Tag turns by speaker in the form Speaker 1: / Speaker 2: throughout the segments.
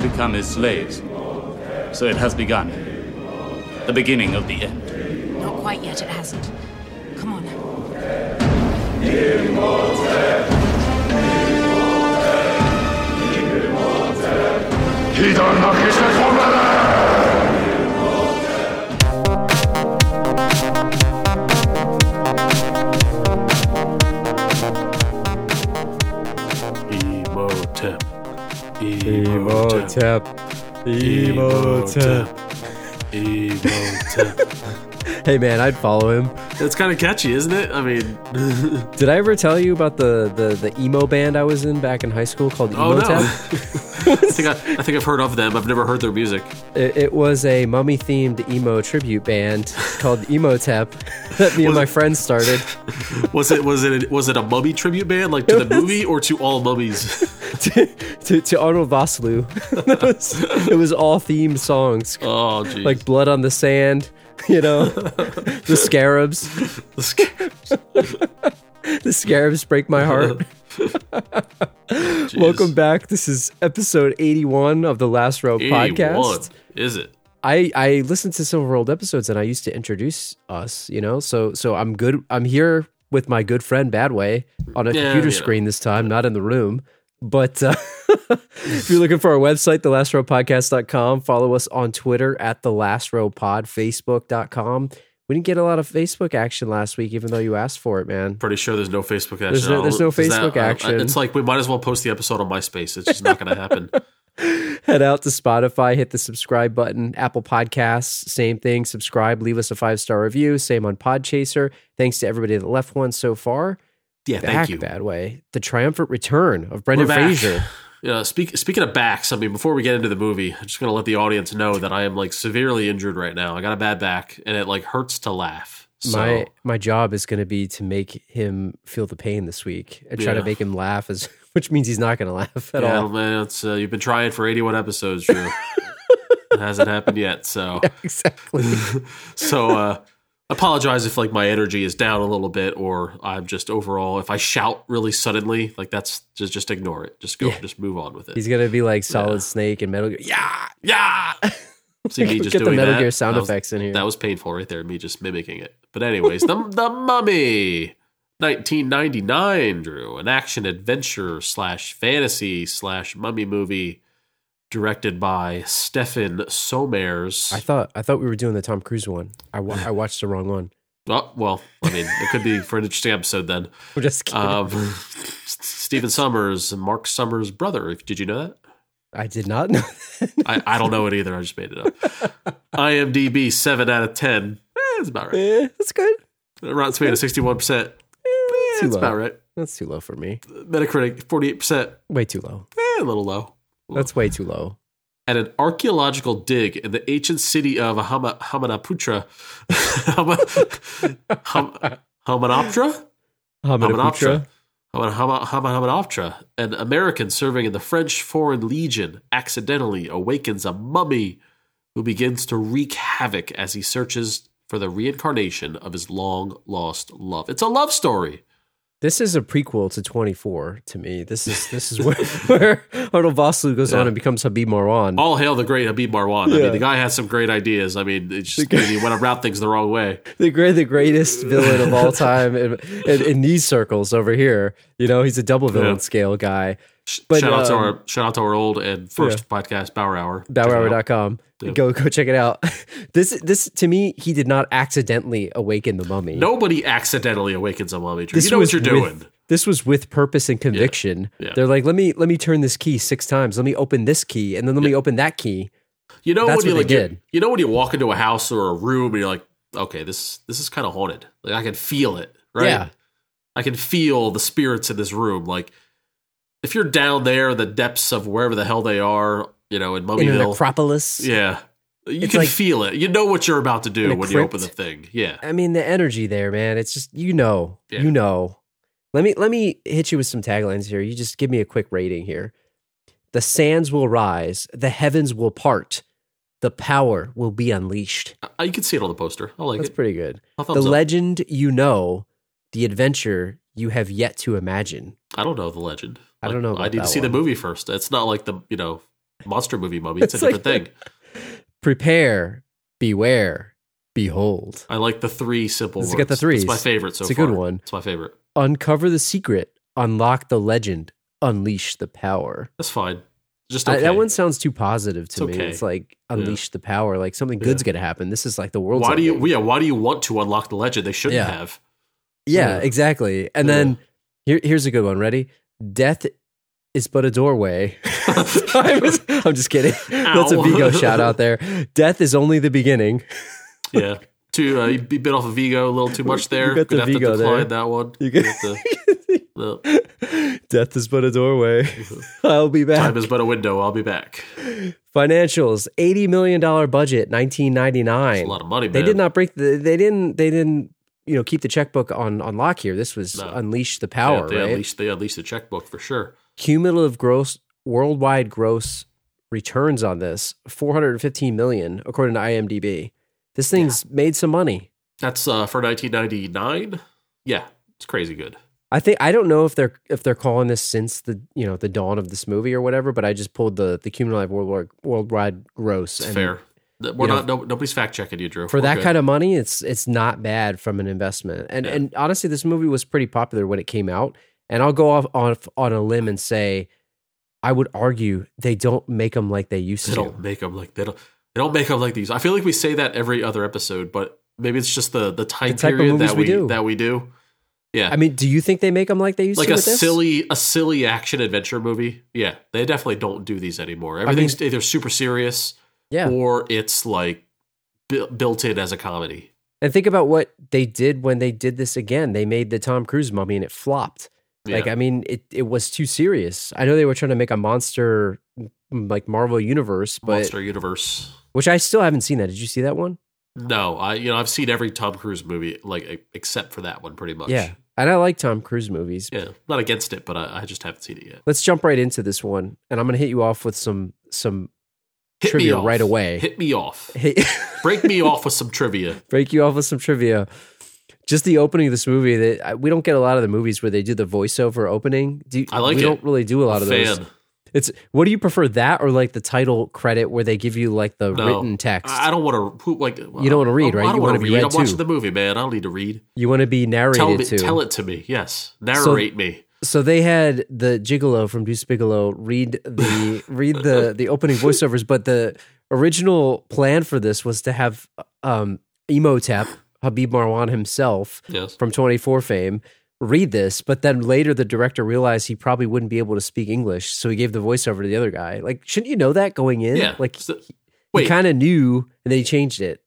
Speaker 1: become his slaves. So it has begun. The beginning of the end.
Speaker 2: Not quite yet, it hasn't. Come on.
Speaker 3: Emotep. Emotep.
Speaker 4: Emotep. Emotep.
Speaker 3: Emotep.
Speaker 4: Hey man, I'd follow him.
Speaker 3: That's kind of catchy, isn't it? I mean,
Speaker 4: Did I ever tell you about the the, the emo band I was in back in high school called
Speaker 3: oh no. I
Speaker 4: Emotep?
Speaker 3: think I, I think I've heard of them. I've never heard their music.
Speaker 4: It, it was a mummy themed emo tribute band called Emotep that me and my friends started.
Speaker 3: Was it was it was it a mummy tribute band like to the movie or to all mummies?
Speaker 4: to, to, to Arnold Vosloo. it, was, it was all themed songs
Speaker 3: Oh, geez.
Speaker 4: like Blood on the Sand, you know, the Scarabs. The Scarabs break my heart. Welcome back. This is episode 81 of the Last Row podcast.
Speaker 3: Is it?
Speaker 4: I, I listened to some of our old episodes and I used to introduce us, you know, so so I'm good. I'm here with my good friend Badway on a
Speaker 3: Yeah,
Speaker 4: computer
Speaker 3: you know.
Speaker 4: screen this time, not in the room. But uh, if you're looking for our website, thelastrowpodcast.com, follow us on Twitter at thelastrowpod, facebook.com. We didn't get a lot of Facebook action last week, even though you asked for it, man.
Speaker 3: Pretty sure there's no Facebook action.
Speaker 4: There's no-
Speaker 3: I don't-
Speaker 4: there's no
Speaker 3: is that-
Speaker 4: Facebook
Speaker 3: I- I-
Speaker 4: action.
Speaker 3: It's like we might as well post the episode on MySpace. It's just not going to happen.
Speaker 4: head out to Spotify, hit the subscribe button, Apple Podcasts, same thing, subscribe, leave us a five star review, same on Podchaser. Thanks to everybody that left one so far.
Speaker 3: Yeah,
Speaker 4: back
Speaker 3: thank you.
Speaker 4: that way. The triumphant return of Brendan
Speaker 3: We're back.
Speaker 4: Fraser.
Speaker 3: Yeah, speak, speaking of backs, I mean, before we get into the movie, I'm just going to let the audience know that I am like severely injured right now. I got a bad back, and it like hurts to laugh. So,
Speaker 4: My my job is going to be to make him feel the pain this week and try to
Speaker 3: Yeah.
Speaker 4: make him laugh, as which means he's not going to laugh at
Speaker 3: yeah,
Speaker 4: all.
Speaker 3: man, it's, uh, you've been trying for 81 episodes, Drew. it hasn't happened yet. So,
Speaker 4: Exactly.
Speaker 3: so uh, apologize if like my energy is down a little bit, or I'm just overall if I shout really suddenly, like that's just just ignore it. Just go, just move on with it.
Speaker 4: he's going to be like Solid Snake and Metal Gear. Yeah,
Speaker 3: yeah. See me just
Speaker 4: get the
Speaker 3: doing
Speaker 4: Metal
Speaker 3: that.
Speaker 4: Gear sound
Speaker 3: That was-
Speaker 4: effects in here.
Speaker 3: That was painful right there, me just mimicking it. But anyways, the the Mummy, 1999, Drew, an action adventure slash fantasy slash mummy movie, directed by Stefan Somers.
Speaker 4: I thought I thought we were doing the Tom Cruise one. I wa- I watched the wrong one.
Speaker 3: oh, well, I mean, it could be for an interesting episode then.
Speaker 4: I'm just kidding.
Speaker 3: Um, Stephen Summers, Mark Summers' brother. If- Did you know that?
Speaker 4: I did not know. that.
Speaker 3: I, I don't know it either. I just made it up. IMDb seven out of ten. Eh, it's about right.
Speaker 4: Eh, that's good.
Speaker 3: Rotten Tomatoes sixty one percent.
Speaker 4: too
Speaker 3: It's
Speaker 4: low.
Speaker 3: about right.
Speaker 4: That's too low for me.
Speaker 3: Metacritic, 48%,
Speaker 4: Way too low.
Speaker 3: eh, a little low.
Speaker 4: That's way too low.
Speaker 3: At an archaeological dig in the ancient city of Hama, Hamanaputra. Hama, Ham, Hamanoptra?
Speaker 4: Hamanoptera.
Speaker 3: Haman, Hama, Hama, Hamanoptra, an American serving in the French Foreign Legion, accidentally awakens a mummy who begins to wreak havoc as he searches for the reincarnation of his long lost love. It's a love story.
Speaker 4: This is a prequel to 24 to me. This is this is where, where Arnold Vosloo goes on and becomes Habib Marwan.
Speaker 3: All hail the great Habib Marwan. I
Speaker 4: Yeah.
Speaker 3: mean, the guy has some great ideas. I mean, it's just he went around things the wrong way.
Speaker 4: the great, the greatest villain of all time in, in, in these circles over here. You know, he's a double villain
Speaker 3: Yeah.
Speaker 4: scale guy. But,
Speaker 3: shout out to
Speaker 4: um,
Speaker 3: our shout out to our old and first podcast Bauer Hour.
Speaker 4: Bauerhour.com. Go go check it out. This this to me, he did not accidentally awaken the mummy.
Speaker 3: Nobody accidentally awakens a mummy. Drew.
Speaker 4: This
Speaker 3: You know what
Speaker 4: was
Speaker 3: you're
Speaker 4: with-
Speaker 3: doing.
Speaker 4: This was with purpose and conviction.
Speaker 3: Yeah.
Speaker 4: They're like, let me let me turn this key six times. Let me open this key, and then let me open that key.
Speaker 3: You know
Speaker 4: That's
Speaker 3: when you
Speaker 4: what
Speaker 3: like
Speaker 4: they
Speaker 3: you,
Speaker 4: did.
Speaker 3: you know when you walk into a house or a room and you're like, okay, this this is kind of haunted. Like I can feel it, right?
Speaker 4: Yeah.
Speaker 3: I can feel the spirits in this room. Like if you're down there in the depths of wherever the hell they are, Oh, you know, in
Speaker 4: in an
Speaker 3: Mummyville,
Speaker 4: acropolis.
Speaker 3: yeah, you
Speaker 4: It's
Speaker 3: can
Speaker 4: like-
Speaker 3: feel it. You know what you're about to
Speaker 4: In a
Speaker 3: do when you
Speaker 4: crypt.
Speaker 3: open the thing. Yeah.
Speaker 4: I mean, the energy there, man. It's just you know,
Speaker 3: Yeah.
Speaker 4: you know. Let me let me hit you with some taglines here. You just give me a quick rating here. The sands will rise, the heavens will part, the power will be unleashed.
Speaker 3: I, you can see it on the poster. I like
Speaker 4: That's
Speaker 3: it.
Speaker 4: pretty good.
Speaker 3: I'll
Speaker 4: The
Speaker 3: thumbs up.
Speaker 4: legend you know, the adventure you have yet to imagine.
Speaker 3: I don't know the legend.
Speaker 4: I don't know
Speaker 3: I
Speaker 4: about
Speaker 3: need to
Speaker 4: that
Speaker 3: see
Speaker 4: one.
Speaker 3: the movie first. It's not like the you know monster movie mummy. It's,
Speaker 4: It's
Speaker 3: a
Speaker 4: like
Speaker 3: different thing.
Speaker 4: Prepare, beware, behold.
Speaker 3: I like the three simple
Speaker 4: It's
Speaker 3: words.
Speaker 4: got the threes.
Speaker 3: It's my favorite so
Speaker 4: It's a
Speaker 3: far.
Speaker 4: good one.
Speaker 3: It's my favorite.
Speaker 4: Uncover the secret, unlock the legend, unleash the power.
Speaker 3: That's fine. Just
Speaker 4: I-
Speaker 3: okay.
Speaker 4: that one sounds too positive to
Speaker 3: It's
Speaker 4: me.
Speaker 3: okay.
Speaker 4: It's like unleash the power, like something
Speaker 3: Yeah.
Speaker 4: good's gonna happen. This is like the world's
Speaker 3: why do you?
Speaker 4: ending.
Speaker 3: Yeah. Why do you want to unlock the legend? They shouldn't
Speaker 4: Yeah.
Speaker 3: have.
Speaker 4: Yeah,
Speaker 3: Yeah.
Speaker 4: exactly. And
Speaker 3: Yeah.
Speaker 4: then here, here's a good one. Ready? Death is but a doorway. I was- I'm just kidding. That's a
Speaker 3: Ow.
Speaker 4: Vigo shout out there. Death is only the beginning.
Speaker 3: Yeah. Too. Uh, you bit off of Vigo a little too much there.
Speaker 4: got the
Speaker 3: Gonna have to
Speaker 4: Vigo
Speaker 3: decline
Speaker 4: there.
Speaker 3: that one.
Speaker 4: You got-
Speaker 3: Gonna have to- no.
Speaker 4: Death is but a doorway. I'll be back.
Speaker 3: Time is but a window. I'll be back.
Speaker 4: Financials: eighty million dollar budget, nineteen ninety
Speaker 3: That's
Speaker 4: nine.
Speaker 3: a lot of money, man.
Speaker 4: They did not break the. They didn't. They didn't. You know, keep the checkbook on on lock here. This was
Speaker 3: No.
Speaker 4: unleash the
Speaker 3: They-
Speaker 4: power.
Speaker 3: They,
Speaker 4: right?
Speaker 3: unleashed. They unleashed the checkbook for sure.
Speaker 4: cumulative gross worldwide gross returns on this 415 million according to IMDb. This thing's made some money.
Speaker 3: That's uh, for 1999. Yeah, it's crazy good.
Speaker 4: I think I don't know if they're if they're calling this since the you know the dawn of this movie or whatever, but I just pulled the the cumulative worldwide worldwide gross.
Speaker 3: It's fair. Th- We're
Speaker 4: you know,
Speaker 3: not. no, nobody's fact checking you, Drew.
Speaker 4: For that kind of money, it's it's not bad from an investment. And
Speaker 3: Yeah.
Speaker 4: and honestly, this movie was pretty popular when it came out. And I'll go off on on a limb and say, I would argue they don't make them like they used
Speaker 3: they
Speaker 4: to.
Speaker 3: don't make them like they don't. They don't make them like these. I feel like we say that every other episode, but maybe it's just the the time
Speaker 4: The type of
Speaker 3: period
Speaker 4: movies
Speaker 3: that
Speaker 4: we
Speaker 3: we,
Speaker 4: do.
Speaker 3: that we do. Yeah,
Speaker 4: I mean, do you think they make them like they used
Speaker 3: like
Speaker 4: to?
Speaker 3: a
Speaker 4: with this?
Speaker 3: silly a silly action adventure movie. Yeah, they definitely don't do these anymore. Everything's either super serious
Speaker 4: yeah.
Speaker 3: or it's like bu- built in as a comedy.
Speaker 4: And think about what they did when they did this again. They made the Tom Cruise mummy and it flopped. Like,
Speaker 3: Yeah.
Speaker 4: I mean, it it was too serious. I know they were trying to make a monster mm, like Marvel universe, but
Speaker 3: Monster Universe.
Speaker 4: which I still haven't seen that. Did you see that one?
Speaker 3: No, I you know I've seen every Tom Cruise movie like e- except for that one pretty much.
Speaker 4: Yeah. And I like Tom Cruise movies.
Speaker 3: yeah. Not against it, but I, I just haven't seen it yet.
Speaker 4: Let's jump right into this one. And I'm gonna hit you off with some some
Speaker 3: Hit me
Speaker 4: Trivia
Speaker 3: off.
Speaker 4: right away.
Speaker 3: Hit me off.
Speaker 4: hey,
Speaker 3: Break me off with some trivia.
Speaker 4: break you off with some trivia. Just the opening of this movie that I- we don't get a lot of the movies where they do the voiceover opening. Do you,
Speaker 3: I like
Speaker 4: we
Speaker 3: it.
Speaker 4: don't really do a lot of those.
Speaker 3: Fan.
Speaker 4: It's what do you prefer that or like the title credit where they give you like the
Speaker 3: No.
Speaker 4: written text?
Speaker 3: I I don't want to like
Speaker 4: You don't wanna read, right?
Speaker 3: I
Speaker 4: You
Speaker 3: don't
Speaker 4: wanna
Speaker 3: want to
Speaker 4: be
Speaker 3: read.
Speaker 4: read
Speaker 3: I'm
Speaker 4: to.
Speaker 3: watching the movie, man. I don't need to read.
Speaker 4: you want to be narrated
Speaker 3: Tell me,
Speaker 4: to.
Speaker 3: tell it to me. Yes, narrate me.
Speaker 4: So they had the gigolo from Deuce Bigelow read the read the the opening voiceovers, but the original plan for this was to have um Emotep Habib Marwan himself
Speaker 3: Yes.
Speaker 4: from 24 fame read this, but then later the director realized he probably wouldn't be able to speak English, so he gave the voiceover to the other guy. Like, shouldn't you know that going in?
Speaker 3: Yeah.
Speaker 4: Like,
Speaker 3: So-
Speaker 4: he
Speaker 3: wait.
Speaker 4: kind of knew, and then he changed it.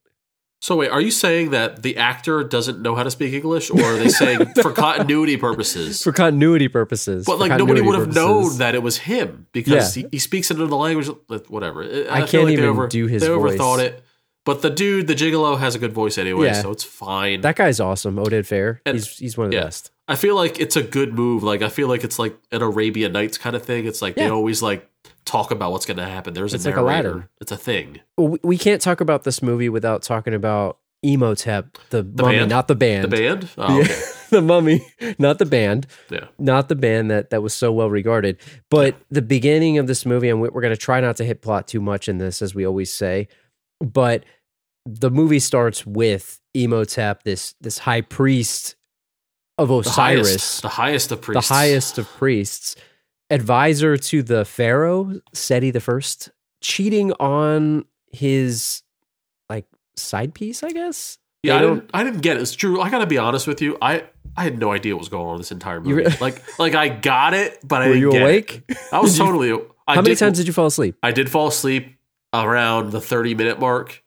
Speaker 3: So wait, are you saying that the actor doesn't know how to speak English, or are they saying for continuity purposes?
Speaker 4: for continuity purposes.
Speaker 3: But
Speaker 4: for
Speaker 3: like nobody
Speaker 4: continuity
Speaker 3: would have known
Speaker 4: purposes.
Speaker 3: that it was him because he, he speaks another language. like, Whatever.
Speaker 4: I
Speaker 3: feel
Speaker 4: can't
Speaker 3: they
Speaker 4: even do his
Speaker 3: They
Speaker 4: voice.
Speaker 3: overthought it. But the dude, the gigolo, has a good voice anyway,
Speaker 4: Yeah.
Speaker 3: so it's fine.
Speaker 4: That guy's awesome, Oded Fair.
Speaker 3: And-
Speaker 4: he's he's one of the
Speaker 3: yeah.
Speaker 4: best.
Speaker 3: I feel like it's a good move. Like I feel like it's like an Arabian Nights kind of thing. It's like
Speaker 4: Yeah.
Speaker 3: they always like talk about what's going to happen. There's
Speaker 4: It's
Speaker 3: a
Speaker 4: like a
Speaker 3: narrator.
Speaker 4: ladder.
Speaker 3: It's a thing.
Speaker 4: Well, we, we can't talk about this movie without talking about Emotep, the, mummy,
Speaker 3: band?
Speaker 4: not the band.
Speaker 3: The band. Oh, okay.
Speaker 4: the mummy, not the band,
Speaker 3: yeah.
Speaker 4: not the band that that was so well regarded. But the beginning of this movie, and we- we're going to try not to hit plot too much in this, as we always say. But the movie starts with Emotep, this this high priest of
Speaker 3: The
Speaker 4: Osiris.
Speaker 3: highest. The highest of
Speaker 4: the
Speaker 3: priests.
Speaker 4: highest of priests, advisor to the pharaoh Seti the First, cheating on his like side piece, I guess.
Speaker 3: Yeah, I
Speaker 4: They don't-
Speaker 3: didn't, I didn't get it. It's true. I gotta be honest with you. I I had no idea what was going on this entire movie.
Speaker 4: re-
Speaker 3: like like I got it, but I
Speaker 4: Were
Speaker 3: didn't
Speaker 4: you
Speaker 3: get it.
Speaker 4: awake?
Speaker 3: I was
Speaker 4: Did you-
Speaker 3: totally. I
Speaker 4: How many
Speaker 3: did-
Speaker 4: times did you fall asleep?
Speaker 3: I did fall asleep around the thirty minute mark,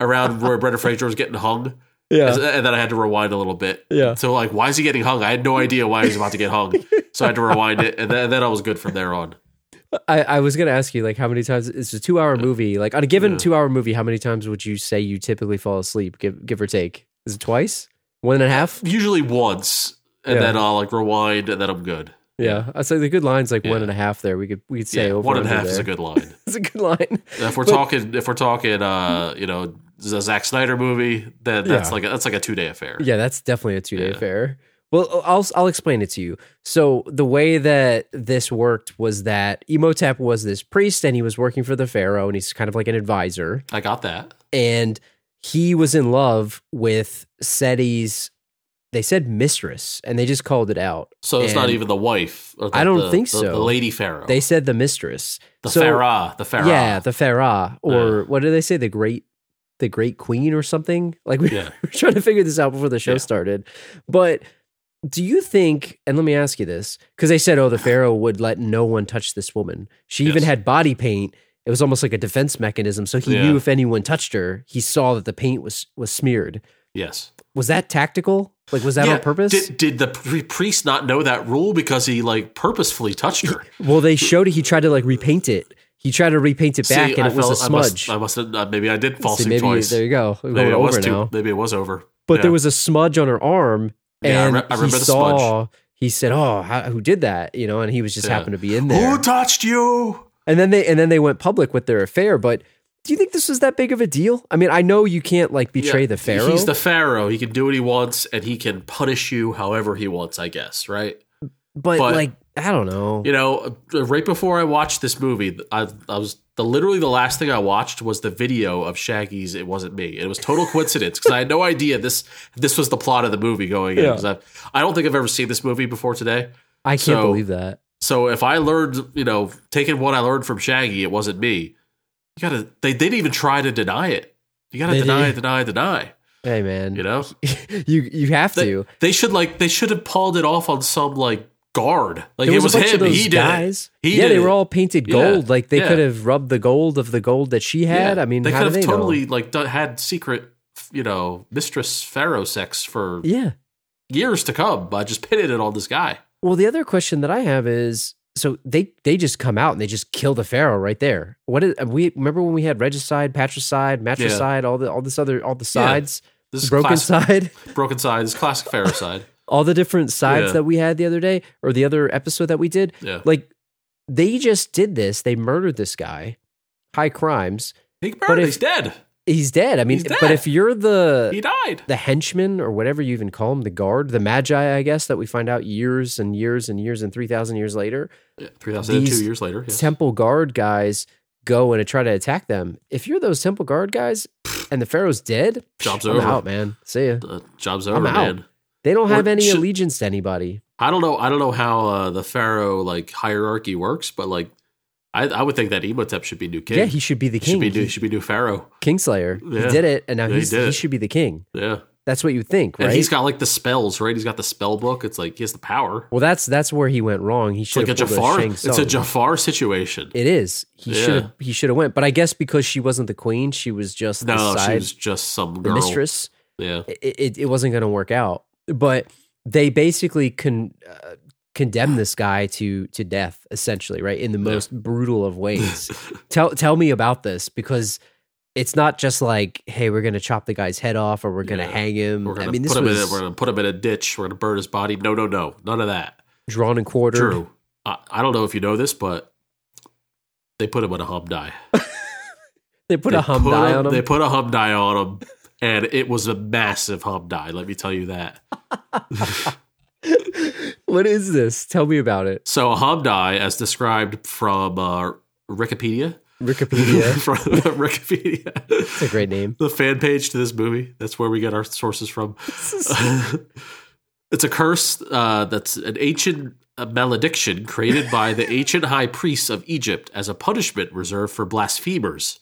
Speaker 3: around where Brendan Fraser was getting hung, and and then I had to rewind a little bit.
Speaker 4: Yeah.
Speaker 3: So like, why is he getting hung? I had no idea why he was about to get hung, so I had to rewind it, and then, and then I was good from there on.
Speaker 4: I, I was gonna ask you like how many times it's a two hour movie. Like on a given
Speaker 3: Yeah.
Speaker 4: two hour movie, how many times would you say you typically fall asleep, give give or take? Is it twice? One and a half?
Speaker 3: Usually once, and
Speaker 4: Yeah.
Speaker 3: then I'll like rewind, and then I'm good.
Speaker 4: Yeah. I'd say the good line's like one
Speaker 3: Yeah.
Speaker 4: and a half there. We could we could say
Speaker 3: yeah,
Speaker 4: over
Speaker 3: one and a
Speaker 4: under
Speaker 3: half is
Speaker 4: there.
Speaker 3: a good line.
Speaker 4: it's a good line.
Speaker 3: If we're
Speaker 4: But-
Speaker 3: talking, if we're talking, uh, you know, a Zack Snyder movie, then that's
Speaker 4: Yeah.
Speaker 3: like a, that's like a two day affair.
Speaker 4: Yeah, that's definitely a two day
Speaker 3: Yeah.
Speaker 4: affair. Well, oh, I'll I'll explain it to you. So the way that this worked was that Imhotep was this priest, and he was working for the pharaoh, and he's kind of like an advisor.
Speaker 3: I got that.
Speaker 4: And he was in love with Seti's. They said mistress, and they just called it out.
Speaker 3: So it's not
Speaker 4: And
Speaker 3: even the wife. Or the,
Speaker 4: I don't
Speaker 3: the-
Speaker 4: think
Speaker 3: the-
Speaker 4: so.
Speaker 3: The lady pharaoh.
Speaker 4: They said the mistress,
Speaker 3: Oh. the
Speaker 4: so-
Speaker 3: pharaoh. The pharaoh.
Speaker 4: Yeah, the Farah, or
Speaker 3: Yeah.
Speaker 4: what do they say? The great, the great queen, or something. Like we
Speaker 3: Yeah.
Speaker 4: were trying to figure this out before the show
Speaker 3: Yeah.
Speaker 4: started. But do you think? And let me ask you this, because they said, "Oh, the Pharaoh would let no one touch this woman." She even
Speaker 3: Yes.
Speaker 4: had body paint. It was almost like a defense mechanism, so he
Speaker 3: Yeah.
Speaker 4: knew if anyone touched her, he saw that the paint was was smeared.
Speaker 3: yes.
Speaker 4: Was that tactical? Like, was that
Speaker 3: Yeah,
Speaker 4: on purpose?
Speaker 3: Did, did the pri- priest not know that rule because he like purposefully touched her?
Speaker 4: well, they showed it. He tried to like repaint it. He tried to repaint it
Speaker 3: See,
Speaker 4: back, and
Speaker 3: I
Speaker 4: it was a
Speaker 3: felt- I must-
Speaker 4: smudge.
Speaker 3: I must, have uh, maybe I did false
Speaker 4: See, maybe
Speaker 3: choice.
Speaker 4: there you go. We're
Speaker 3: maybe
Speaker 4: going
Speaker 3: it was
Speaker 4: over
Speaker 3: too-
Speaker 4: now.
Speaker 3: Maybe it was over.
Speaker 4: but
Speaker 3: Yeah.
Speaker 4: there was a smudge on her arm,
Speaker 3: Yeah, I
Speaker 4: and
Speaker 3: re- I
Speaker 4: he
Speaker 3: remember the smudge.
Speaker 4: saw. He said, "Oh, how, who did that?" You know, and he was just
Speaker 3: Yeah.
Speaker 4: happened to be in there.
Speaker 3: Who touched you?
Speaker 4: and then they and then they went public with their affair. But do you think this was that big of a deal? I mean, I know you can't like betray
Speaker 3: Yeah,
Speaker 4: the pharaoh,
Speaker 3: He's the pharaoh. He can do what he wants, and he can punish you however he wants. I guess, right?
Speaker 4: but,
Speaker 3: but-
Speaker 4: like I don't know.
Speaker 3: You know, uh, right before I watched this movie, I, I was the literally the last thing I watched was the video of Shaggy's "It Wasn't Me." It was total coincidence because I had no idea this this was the plot of the movie going in.
Speaker 4: Yeah.
Speaker 3: 'cause I've- I don't think I've ever seen this movie before today.
Speaker 4: I can't
Speaker 3: so-
Speaker 4: believe that.
Speaker 3: So if I learned, you know, taking what I learned from Shaggy, it wasn't me. You gotta. They, they didn't even try to deny it. You gotta
Speaker 4: They
Speaker 3: deny,
Speaker 4: didn't.
Speaker 3: deny, deny.
Speaker 4: Hey man,
Speaker 3: You know.
Speaker 4: you you have
Speaker 3: They-
Speaker 4: to.
Speaker 3: They should like they should have pawned it off on some like guard. Like
Speaker 4: There
Speaker 3: it was
Speaker 4: a bunch
Speaker 3: him.
Speaker 4: of those
Speaker 3: he did. It.
Speaker 4: guys.
Speaker 3: He
Speaker 4: yeah,
Speaker 3: did
Speaker 4: they were
Speaker 3: it.
Speaker 4: all painted
Speaker 3: Yeah,
Speaker 4: gold. Like they
Speaker 3: yeah.
Speaker 4: could have rubbed the gold of the gold that she had.
Speaker 3: Yeah.
Speaker 4: I mean,
Speaker 3: they
Speaker 4: how
Speaker 3: could have
Speaker 4: do they
Speaker 3: totally
Speaker 4: know?
Speaker 3: like done, had secret, you know, mistress pharaoh sex for
Speaker 4: Yeah.
Speaker 3: years to come by just pinning it on this guy.
Speaker 4: Well, the other question that I have is so they they just come out and they just kill the pharaoh right there. What is we remember when we had regicide, patricide, matricide, all the all this other all the sides,
Speaker 3: This is
Speaker 4: broken
Speaker 3: classic,
Speaker 4: side,
Speaker 3: broken side. This is classic pharaoh side.
Speaker 4: all the different sides
Speaker 3: Yeah.
Speaker 4: that we had the other day or the other episode that we did.
Speaker 3: Yeah,
Speaker 4: Like they just did this. They murdered this guy. High crimes.
Speaker 3: he burned.
Speaker 4: if-
Speaker 3: he's dead.
Speaker 4: He's dead. I mean,
Speaker 3: He's dead.
Speaker 4: but if you're the
Speaker 3: He died.
Speaker 4: the henchman or whatever you even call him, the guard, the magi, I guess, that we find out years and years and years and three thousand years later.
Speaker 3: Yeah, Three thousand and
Speaker 4: these
Speaker 3: two years later. yes.
Speaker 4: temple guard guys go and try to attack them. If you're those temple guard guys and the pharaoh's dead,
Speaker 3: Job's
Speaker 4: I'm
Speaker 3: over.
Speaker 4: out, man. See ya.
Speaker 3: Uh, job's
Speaker 4: I'm
Speaker 3: over,
Speaker 4: out.
Speaker 3: man.
Speaker 4: They don't have
Speaker 3: Or
Speaker 4: any
Speaker 3: should-
Speaker 4: allegiance to anybody.
Speaker 3: I don't know. I don't know how uh, the pharaoh like hierarchy works, but like, I, I would think that Imhotep should be new king.
Speaker 4: Yeah, he should be the king.
Speaker 3: should be new.
Speaker 4: He-
Speaker 3: Should be new pharaoh.
Speaker 4: Kingslayer.
Speaker 3: Yeah.
Speaker 4: He did it, and now
Speaker 3: Yeah, he
Speaker 4: he's,
Speaker 3: did
Speaker 4: he
Speaker 3: it.
Speaker 4: should be the king.
Speaker 3: Yeah,
Speaker 4: That's what you think, right?
Speaker 3: and he's got like the spells, right? He's got the spell book. It's like he has the power.
Speaker 4: well, that's that's where he went wrong. He
Speaker 3: It's
Speaker 4: should
Speaker 3: like a
Speaker 4: have pulled
Speaker 3: Jafar.
Speaker 4: Shang
Speaker 3: It's a
Speaker 4: Tsung.
Speaker 3: Jafar situation.
Speaker 4: It is. He
Speaker 3: Yeah.
Speaker 4: should have. He should have went. But I guess because she wasn't the queen, she was just
Speaker 3: no,
Speaker 4: the
Speaker 3: she
Speaker 4: side,
Speaker 3: was just some
Speaker 4: the
Speaker 3: girl.
Speaker 4: mistress. Mm,
Speaker 3: Yeah,
Speaker 4: it, it, it wasn't going to work out. But they basically con, uh, condemn this guy to to death, essentially, right? In the most brutal of ways. tell tell me about this because it's not just like, hey, we're going to chop the guy's head off or we're going to
Speaker 3: Yeah.
Speaker 4: hang him.
Speaker 3: we're gonna
Speaker 4: I mean,
Speaker 3: put
Speaker 4: this
Speaker 3: him
Speaker 4: was
Speaker 3: in. A, we're gonna put him in a ditch. We're gonna burn his body. No, no, no, none of that.
Speaker 4: drawn and quartered.
Speaker 3: True. I, I don't know if you know this, but they put him in a hum die.
Speaker 4: They put
Speaker 3: They
Speaker 4: a hum die on him.
Speaker 3: They put a hum die on him, and it was a massive hum die. Let me tell you that.
Speaker 4: what is this? Tell me about it.
Speaker 3: So a hum die, as described from uh, Wikipedia,
Speaker 4: Wikipedia.
Speaker 3: from Wikipedia,
Speaker 4: It's a great name.
Speaker 3: the fan page to this movie. That's where we get our sources from. it's a curse uh, that's an ancient uh, malediction created by the ancient high priests of Egypt as a punishment reserved for blasphemers.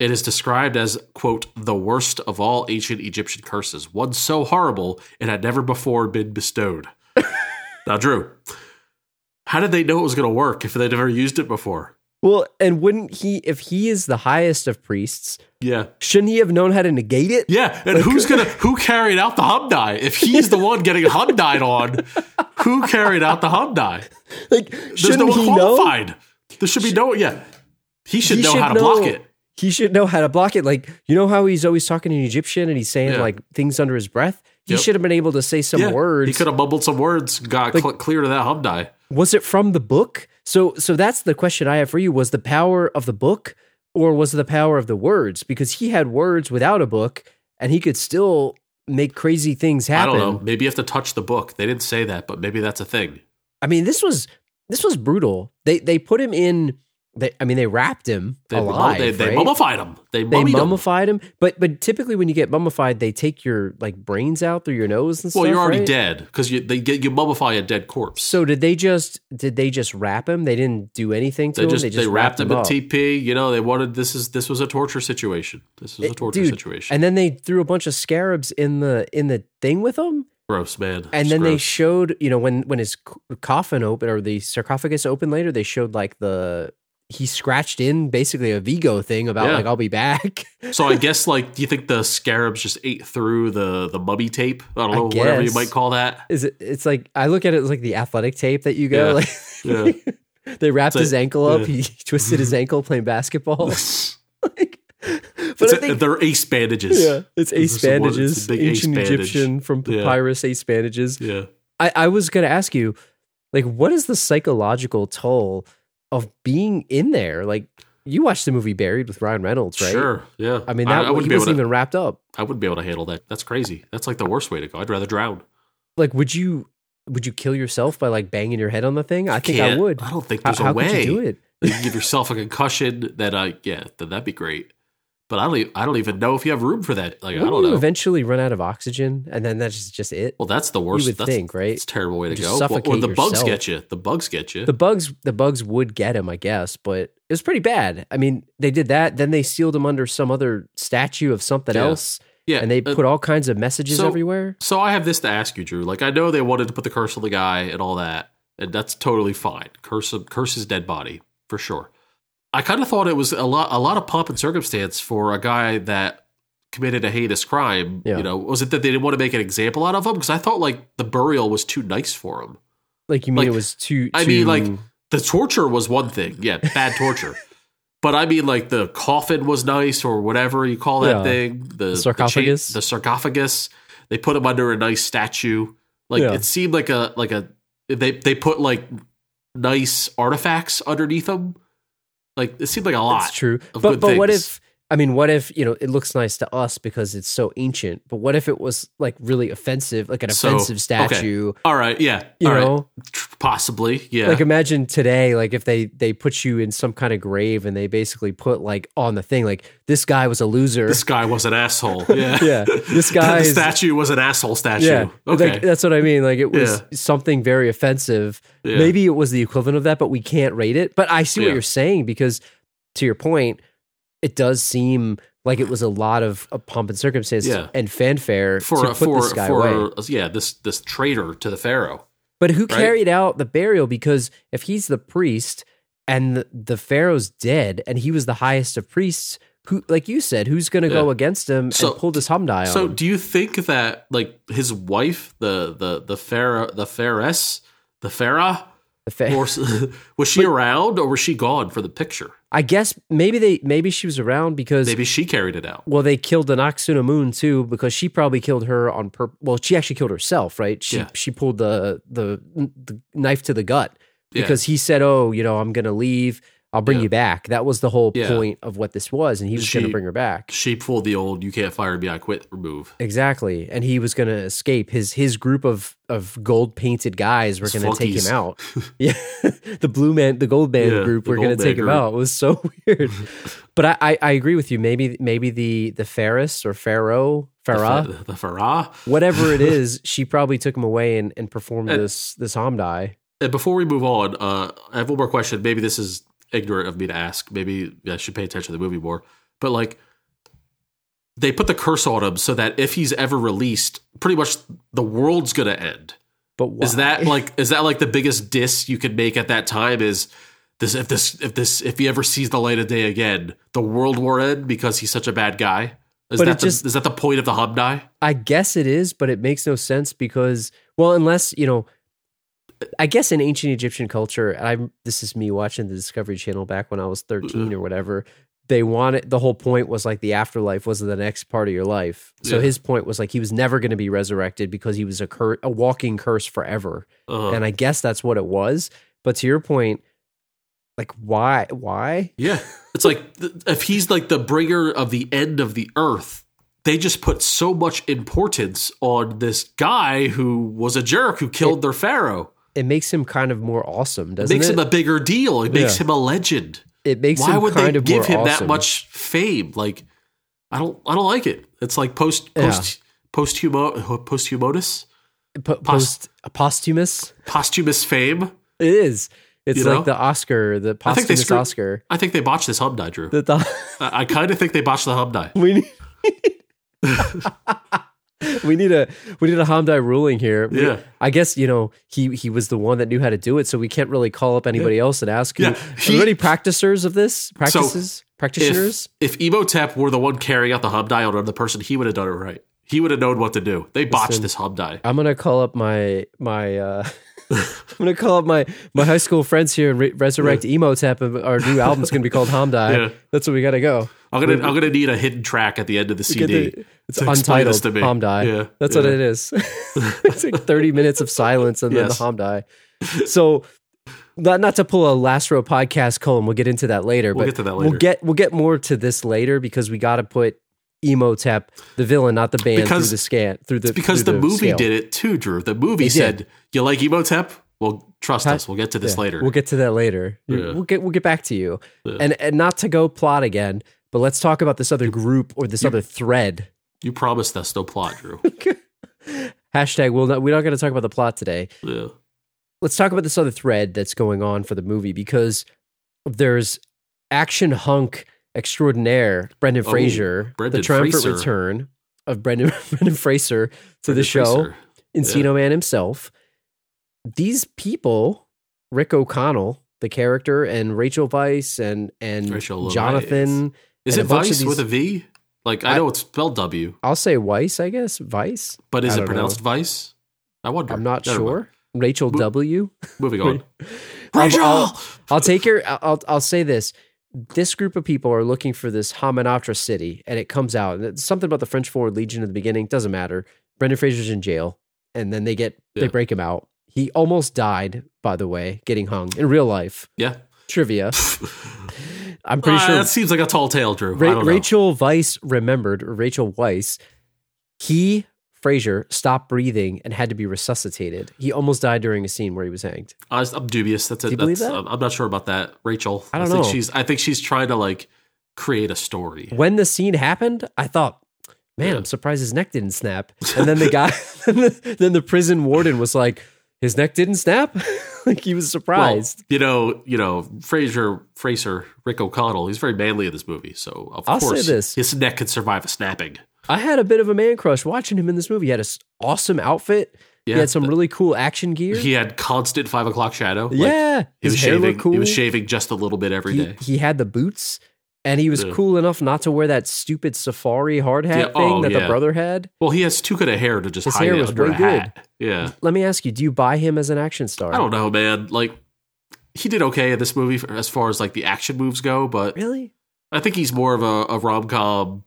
Speaker 3: It is described as, quote, the worst of all ancient Egyptian curses, one so horrible it had never before been bestowed. now, Drew, how did they know it was going to work if they'd never used it before?
Speaker 4: Well, and wouldn't he, if he is the highest of priests,
Speaker 3: Yeah.
Speaker 4: shouldn't he have known how to negate it?
Speaker 3: Yeah, and who's gonna who carried out the hum die? If he's the one getting hum died on, who carried out the hum die?
Speaker 4: Like,
Speaker 3: There's
Speaker 4: shouldn't
Speaker 3: no one
Speaker 4: he know?
Speaker 3: qualified. There should be no yeah. He should
Speaker 4: He
Speaker 3: know
Speaker 4: should
Speaker 3: how to
Speaker 4: know-
Speaker 3: block it.
Speaker 4: He should know how to block it. Like, you know how he's always talking in Egyptian and he's saying
Speaker 3: Yeah.
Speaker 4: like things under his breath? He
Speaker 3: Yep.
Speaker 4: should have been able to say some
Speaker 3: Yeah,
Speaker 4: words.
Speaker 3: He could have mumbled some words, got
Speaker 4: Like-
Speaker 3: cl- clear to that hum die.
Speaker 4: was it from the book? So so that's the question I have for you. Was the power of the book or was it the power of the words? Because he had words without a book and he could still make crazy things
Speaker 3: I don't
Speaker 4: happen.
Speaker 3: know. Maybe you have to touch the book. They didn't say that, but maybe that's a thing.
Speaker 4: I mean, this was this was brutal. They they put him in. They, I mean, they wrapped him
Speaker 3: They, oh,
Speaker 4: alive.
Speaker 3: they, they
Speaker 4: right?
Speaker 3: mummified him. They
Speaker 4: They
Speaker 3: mummied him.
Speaker 4: mummified him. But but typically, when you get mummified, they take your like brains out through your nose and stuff.
Speaker 3: Well, you're already
Speaker 4: right?
Speaker 3: dead because you they get you mummify a dead corpse.
Speaker 4: So did they just did they just wrap him? They didn't do anything to
Speaker 3: they
Speaker 4: him.
Speaker 3: just they, wrapped him in
Speaker 4: up.
Speaker 3: TP. You know, they wanted this is this was a torture situation. This was a
Speaker 4: It-
Speaker 3: torture
Speaker 4: dude,
Speaker 3: situation.
Speaker 4: And then they threw a bunch of scarabs in the in the thing with him.
Speaker 3: gross, man.
Speaker 4: And
Speaker 3: It's
Speaker 4: then they
Speaker 3: gross.
Speaker 4: showed, you know, when when his c- coffin opened or the sarcophagus opened later, they showed like the he scratched in basically a Vigo thing about
Speaker 3: Yeah.
Speaker 4: like I'll be back.
Speaker 3: so I guess like, do you think the scarabs just ate through the the mummy tape? I don't
Speaker 4: I
Speaker 3: know, whatever you
Speaker 4: guess.
Speaker 3: might call that.
Speaker 4: Is it? It's like I look at it as like the athletic tape that you go
Speaker 3: Yeah.
Speaker 4: like.
Speaker 3: Yeah.
Speaker 4: They wrapped
Speaker 3: It's like-
Speaker 4: his ankle up.
Speaker 3: yeah.
Speaker 4: He twisted his ankle playing basketball. Like, but
Speaker 3: It's
Speaker 4: I
Speaker 3: a-
Speaker 4: think
Speaker 3: they're ace bandages.
Speaker 4: Yeah, it's ace
Speaker 3: It's a one- it's a
Speaker 4: bandages,
Speaker 3: big ace
Speaker 4: ancient
Speaker 3: bandage.
Speaker 4: Egyptian from
Speaker 3: Yeah.
Speaker 4: papyrus ace bandages.
Speaker 3: Yeah.
Speaker 4: I, I was going to ask you, like, what is the psychological toll of being in there? Like, you watched the movie Buried with Ryan Reynolds, right?
Speaker 3: Sure. Yeah.
Speaker 4: I mean, that he
Speaker 3: be able
Speaker 4: wasn't
Speaker 3: to,
Speaker 4: even wrapped up.
Speaker 3: I wouldn't be able to handle that. That's crazy. That's like the worst way to go. I'd rather drown.
Speaker 4: Like, would you would you kill yourself by like banging your head on the thing? I think I
Speaker 3: Can't-
Speaker 4: would.
Speaker 3: I don't think
Speaker 4: How,
Speaker 3: there's a
Speaker 4: how
Speaker 3: way.
Speaker 4: could you do it?
Speaker 3: you can give yourself a concussion, then I yeah, then that'd be great. But I don't e- I don't even know if you have room for that. Like I
Speaker 4: Wouldn't
Speaker 3: don't
Speaker 4: you
Speaker 3: know.
Speaker 4: eventually run out of oxygen, and then that's just, just it.
Speaker 3: well, that's the worst.
Speaker 4: would
Speaker 3: that's,
Speaker 4: think, right?
Speaker 3: It's a terrible way to
Speaker 4: Just
Speaker 3: go. Well, or
Speaker 4: suffocate
Speaker 3: the bugs
Speaker 4: yourself.
Speaker 3: get you. The bugs get you.
Speaker 4: The bugs, the bugs would get him, I guess, but it was pretty bad. I mean, they did that. Then they sealed him under some other statue of something
Speaker 3: Yeah.
Speaker 4: else,
Speaker 3: yeah,
Speaker 4: and they
Speaker 3: uh,
Speaker 4: put all kinds of messages
Speaker 3: so-
Speaker 4: everywhere.
Speaker 3: so I have this to ask you, Drew. Like I know they wanted to put the curse on the guy and all that, and that's totally fine. Curse him- curse his dead body for sure. I kind of thought it was a lot a lot of pomp and circumstance for a guy that committed a heinous crime.
Speaker 4: Yeah.
Speaker 3: You know, was it that they didn't want to make an example out of him? Because I thought like the burial was too nice for him.
Speaker 4: Like you mean
Speaker 3: like,
Speaker 4: it was too?
Speaker 3: I mean,
Speaker 4: too-
Speaker 3: like the torture was one thing, yeah, bad torture. but I mean, like the coffin was nice or whatever you call that
Speaker 4: Yeah.
Speaker 3: thing. The the cha-
Speaker 4: sarcophagus.
Speaker 3: the, sarcophagus. They put him under a nice statue. Like
Speaker 4: Yeah.
Speaker 3: it seemed like a like a they they put like nice artifacts underneath him. Like it seemed like a lot.
Speaker 4: that's true.
Speaker 3: of
Speaker 4: But
Speaker 3: good
Speaker 4: but what
Speaker 3: things.
Speaker 4: if? I mean, what if you know it looks nice to us because it's so ancient? But what if it was like really offensive, like an
Speaker 3: So,
Speaker 4: offensive
Speaker 3: okay.
Speaker 4: statue?
Speaker 3: All right, yeah,
Speaker 4: You
Speaker 3: all right,
Speaker 4: know,
Speaker 3: Tr- possibly, yeah.
Speaker 4: like imagine today, like if they they put you in some kind of grave and they basically put like on the thing, like this guy was a loser.
Speaker 3: this guy was an asshole. Yeah,
Speaker 4: Yeah, this guy
Speaker 3: the
Speaker 4: is-
Speaker 3: statue was an asshole statue.
Speaker 4: Yeah,
Speaker 3: okay.
Speaker 4: like, that's what I mean. Like it was
Speaker 3: Yeah.
Speaker 4: something very offensive.
Speaker 3: Yeah.
Speaker 4: Maybe it was the equivalent of that, but we can't rate it. But I see what
Speaker 3: Yeah.
Speaker 4: you're saying because, to your point, it does seem like it was a lot of a pomp and circumstance
Speaker 3: Yeah.
Speaker 4: and fanfare
Speaker 3: for
Speaker 4: to put
Speaker 3: for
Speaker 4: this guy
Speaker 3: for
Speaker 4: away.
Speaker 3: yeah this this traitor to the pharaoh.
Speaker 4: But who
Speaker 3: right?
Speaker 4: carried out the burial? Because if he's the priest and the, the pharaoh's dead, and he was the highest of priests, who, like you said, who's going to go
Speaker 3: Yeah.
Speaker 4: against him
Speaker 3: So-
Speaker 4: and pull this humdiah?
Speaker 3: So
Speaker 4: on him?
Speaker 3: do you think that like his wife the the the pharaoh the pharaohs the pharaoh
Speaker 4: The fa-
Speaker 3: was was she around or was she gone for the picture?
Speaker 4: I guess maybe they maybe she was around because
Speaker 3: Maybe she carried it out.
Speaker 4: Well, they killed the Noxuna Moon too because she probably killed her on purpose. Well, she actually killed herself, right? She
Speaker 3: Yeah.
Speaker 4: she pulled the, the the knife to the gut
Speaker 3: Yeah.
Speaker 4: because he said, "Oh, you know, I'm going to leave. I'll bring
Speaker 3: Yeah.
Speaker 4: you back." That was the whole
Speaker 3: Yeah.
Speaker 4: point of what this was, and he was going
Speaker 3: She-
Speaker 4: to bring her back.
Speaker 3: She pulled the old "you can't fire me, I quit" remove.
Speaker 4: Exactly, and he was going to escape. His his group of of gold painted guys were
Speaker 3: His
Speaker 4: going to take
Speaker 3: flunkies.
Speaker 4: him out. yeah, the blue man, the gold man
Speaker 3: Yeah,
Speaker 4: group
Speaker 3: the
Speaker 4: were going
Speaker 3: gold
Speaker 4: to
Speaker 3: man
Speaker 4: take him
Speaker 3: group.
Speaker 4: out. It was so weird, but I, I I agree with you. Maybe maybe the the Ferris or Pharaoh
Speaker 3: The
Speaker 4: Farah.
Speaker 3: fa- the pharaoh.
Speaker 4: whatever it is, she probably took him away and, and performed
Speaker 3: And-
Speaker 4: this this hamdai.
Speaker 3: And before we move on, uh, I have one more question. Maybe this is ignorant of me to ask. Maybe I should pay attention to the movie more. But like, they put the curse on him so that if he's ever released, pretty much the world's gonna end.
Speaker 4: But why?
Speaker 3: Is that like is that like the biggest diss you could make at that time? Is this if this if this if he ever sees the light of day again, the world will end because he's such a bad guy. Is
Speaker 4: But
Speaker 3: that
Speaker 4: it
Speaker 3: the,
Speaker 4: just-
Speaker 3: is that the point of the Hobnai?
Speaker 4: I guess it is, but it makes no sense because well, unless you know, I guess in ancient Egyptian culture, and I'm this is me watching the Discovery Channel back when I was 13
Speaker 3: Mm-hmm.
Speaker 4: or whatever. They wanted the whole point was like the afterlife was the next part of your life. So
Speaker 3: Yeah.
Speaker 4: his point was like he was never going to be resurrected because he was a cur- a walking curse forever.
Speaker 3: Uh,
Speaker 4: And I guess that's what it was. But to your point, like why why?
Speaker 3: Yeah. It's like th- if he's like the bringer of the end of the earth, they just put so much importance on this guy who was a jerk who killed their pharaoh.
Speaker 4: It makes him kind of more awesome,
Speaker 3: It
Speaker 4: doesn't it?
Speaker 3: makes him a bigger deal. It makes
Speaker 4: Yeah.
Speaker 3: him a legend.
Speaker 4: it makes
Speaker 3: Why
Speaker 4: him
Speaker 3: would
Speaker 4: kind
Speaker 3: they
Speaker 4: of
Speaker 3: give
Speaker 4: more
Speaker 3: him that
Speaker 4: awesome.
Speaker 3: much fame? Like, I don't, I don't like it. It's like post,
Speaker 4: Yeah.
Speaker 3: post, posthumo, posthumotus,
Speaker 4: Po- post posthumous?
Speaker 3: posthumous fame.
Speaker 4: It is. It's
Speaker 3: You
Speaker 4: like
Speaker 3: know?
Speaker 4: the Oscar, the
Speaker 3: I think they
Speaker 4: posthumous
Speaker 3: screwed-
Speaker 4: Oscar.
Speaker 3: I think they botched this hum die, Drew.
Speaker 4: The th-
Speaker 3: I, I kind of think they botched the hum die.
Speaker 4: we need we need a we need a Hamdai ruling here. We-
Speaker 3: Yeah.
Speaker 4: I guess you know he he was the one that knew how to do it, so we can't really call up anybody else and ask. Who,
Speaker 3: Yeah,
Speaker 4: are
Speaker 3: he-
Speaker 4: there any practicers of this? Practices practitioners?
Speaker 3: If, if Emotep were the one carrying out the hub die on another person, he would have done it right. He would have known what to do. They botched
Speaker 4: Listen.
Speaker 3: this hub die.
Speaker 4: I'm gonna call up my my. uh I'm gonna call up my my high school friends here and re- resurrect emo tap. And our new album's gonna be called Hamdai.
Speaker 3: Yeah.
Speaker 4: That's what we gotta go.
Speaker 3: I'm gonna I'm gonna need a hidden track at the end of the
Speaker 4: Get
Speaker 3: CD.
Speaker 4: the- it's
Speaker 3: to explain
Speaker 4: untitled
Speaker 3: this to me.
Speaker 4: Hamdai.
Speaker 3: Yeah,
Speaker 4: That's
Speaker 3: yeah.
Speaker 4: what it is. it's like 30 minutes of silence and
Speaker 3: Yes.
Speaker 4: then the Hamdai. So not, not to pull a last row podcast column, we'll get into that later.
Speaker 3: We'll
Speaker 4: but
Speaker 3: get to that
Speaker 4: We'll
Speaker 3: later.
Speaker 4: get we'll get more to this later because we gotta put Emotep, the villain, not the band,
Speaker 3: Because-
Speaker 4: through the scan through the
Speaker 3: It's because
Speaker 4: through
Speaker 3: the, movie
Speaker 4: scale.
Speaker 3: did it too, Drew. The movie
Speaker 4: It did.
Speaker 3: said, "You like Emotep? Well, trust
Speaker 4: Huh?
Speaker 3: us. We'll get to this
Speaker 4: Yeah,
Speaker 3: later."
Speaker 4: We'll get to that later. You-
Speaker 3: Yeah.
Speaker 4: We'll get we'll get back to you.
Speaker 3: Yeah.
Speaker 4: And and not to go plot again, but let's talk about this other group or this other thread.
Speaker 3: you promised us no plot, Drew.
Speaker 4: Hashtag we'll not we're not gonna talk about the plot today.
Speaker 3: yeah.
Speaker 4: let's talk about this other thread that's going on for the movie because there's action hunk extraordinaire Brendan
Speaker 3: Oh,
Speaker 4: Fraser,
Speaker 3: Brendan
Speaker 4: the triumphant
Speaker 3: Fraser.
Speaker 4: return of Brendan Brendan Fraser to the
Speaker 3: Brendan
Speaker 4: show,
Speaker 3: Fraser.
Speaker 4: Encino Man himself. These people, Rick O'Connell, the character, and Rachel Weiss and and
Speaker 3: Rachel
Speaker 4: Jonathan.
Speaker 3: Is
Speaker 4: and
Speaker 3: it
Speaker 4: a bunch of
Speaker 3: Vice with a
Speaker 4: these-
Speaker 3: V? Like I,
Speaker 4: I-
Speaker 3: know it's spelled W,
Speaker 4: I'll say Weiss, I guess. Weiss.
Speaker 3: but
Speaker 4: I
Speaker 3: is
Speaker 4: don't
Speaker 3: it
Speaker 4: know.
Speaker 3: pronounced Vice? I wonder.
Speaker 4: I'm not
Speaker 3: Never mind.
Speaker 4: sure. Rachel
Speaker 3: Mo-
Speaker 4: W.
Speaker 3: Moving on.
Speaker 4: I'll- I'll, I'll take your. I'll- I'll I'll say this: this group of people are looking for this Hominoptera city, and it comes out and it's something about the French Forward Legion in the beginning. Doesn't matter. Brendan Fraser's in jail, and then they get they
Speaker 3: Yeah.
Speaker 4: break him out. He almost died, by the way, getting hung in real life.
Speaker 3: Yeah.
Speaker 4: Trivia. I'm pretty
Speaker 3: Ah,
Speaker 4: sure
Speaker 3: that seems like a tall tale, Drew. I
Speaker 4: Ra-
Speaker 3: don't know.
Speaker 4: Rachel Weiss remembered or Rachel Weiss. He Fraser stopped breathing and had to be resuscitated. He almost died during a scene where he was hanged.
Speaker 3: I was- I'm dubious. That's it.
Speaker 4: Do you believe
Speaker 3: That's-
Speaker 4: that?
Speaker 3: I'm- I'm not sure about that, Rachel.
Speaker 4: I don't
Speaker 3: think
Speaker 4: know.
Speaker 3: She's. I think she's trying to like create a story.
Speaker 4: when the scene happened, I thought, man,
Speaker 3: Yeah.
Speaker 4: I'm surprised his neck didn't snap. And then the guy, then the prison warden was like, his neck didn't snap. like he was
Speaker 3: Well,
Speaker 4: surprised.
Speaker 3: you know, you know, Fraser, Fraser, Rick O'Connell. He's very manly in this movie, so of
Speaker 4: I'll say
Speaker 3: course
Speaker 4: this.
Speaker 3: his neck can survive a snapping.
Speaker 4: I had a bit of a man crush watching him in this movie. He had an awesome outfit.
Speaker 3: Yeah,
Speaker 4: he had some really cool action gear.
Speaker 3: He had constant five o'clock shadow. Like,
Speaker 4: yeah,
Speaker 3: he
Speaker 4: his
Speaker 3: was
Speaker 4: hair
Speaker 3: shaving.
Speaker 4: looked cool.
Speaker 3: He was shaving just a little bit every
Speaker 4: he,
Speaker 3: day.
Speaker 4: he had the boots, and he was
Speaker 3: Yeah.
Speaker 4: cool enough not to wear that stupid safari hard hat
Speaker 3: Yeah,
Speaker 4: thing
Speaker 3: oh,
Speaker 4: that the
Speaker 3: yeah.
Speaker 4: brother had.
Speaker 3: Well, he has too good a hair to just
Speaker 4: His
Speaker 3: hide
Speaker 4: hair
Speaker 3: it
Speaker 4: was
Speaker 3: under a
Speaker 4: way good.
Speaker 3: hat. Yeah,
Speaker 4: Let me ask you: Do you buy him as an action star?
Speaker 3: I don't know, man. Like he did okay in this movie for, as far as like the action moves go, but
Speaker 4: really.
Speaker 3: I think he's more of a, a rom com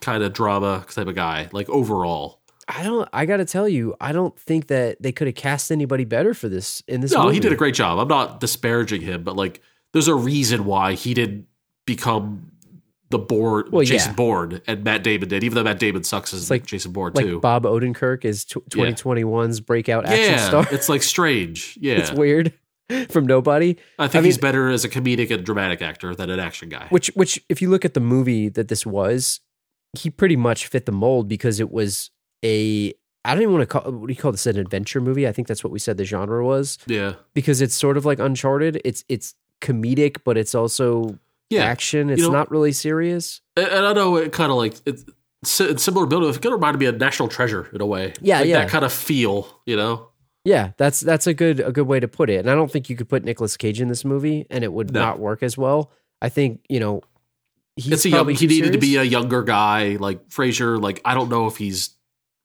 Speaker 3: kind of drama type of guy, like overall.
Speaker 4: I don't. I got to tell you, I don't think that they could have cast anybody better for this in this.
Speaker 3: no,
Speaker 4: movie.
Speaker 3: he did a great job. I'm not disparaging him, but like there's a reason why he didn't become the Bourne,
Speaker 4: Well,
Speaker 3: Jason
Speaker 4: yeah.
Speaker 3: Bourne, and Matt Damon did, even though Matt Damon sucks as
Speaker 4: It's like-
Speaker 3: Jason Bourne
Speaker 4: Like
Speaker 3: too.
Speaker 4: Bob Odenkirk is tw- 2021's breakout action
Speaker 3: yeah,
Speaker 4: star.
Speaker 3: it's like strange. Yeah,
Speaker 4: it's weird from nobody.
Speaker 3: I think
Speaker 4: I mean-
Speaker 3: he's better as a comedic and dramatic actor than an action guy.
Speaker 4: Which, which, if you look at the movie that this was, he pretty much fit the mold because it was a. I don't even want to call. What do you call this? An adventure movie? I think that's what we said the genre was
Speaker 3: yeah,
Speaker 4: because it's sort of like Uncharted. It's it's comedic, but it's also
Speaker 3: yeah.
Speaker 4: action. It's
Speaker 3: know-
Speaker 4: not really serious.
Speaker 3: And, and I know it kind of like it, si- it's similar build. It kind of reminded me of National Treasure in a way.
Speaker 4: Yeah,
Speaker 3: Like
Speaker 4: yeah.
Speaker 3: That kind of feel, you know.
Speaker 4: Yeah, that's that's a good a good way to put it. And I don't think you could put Nicolas Cage in this movie and it would
Speaker 3: No.
Speaker 4: not work as well. I think, you know, he's
Speaker 3: it's a young,
Speaker 4: probably
Speaker 3: he
Speaker 4: too
Speaker 3: needed to be
Speaker 4: serious.
Speaker 3: a younger guy like Frasier. Like I don't know if he's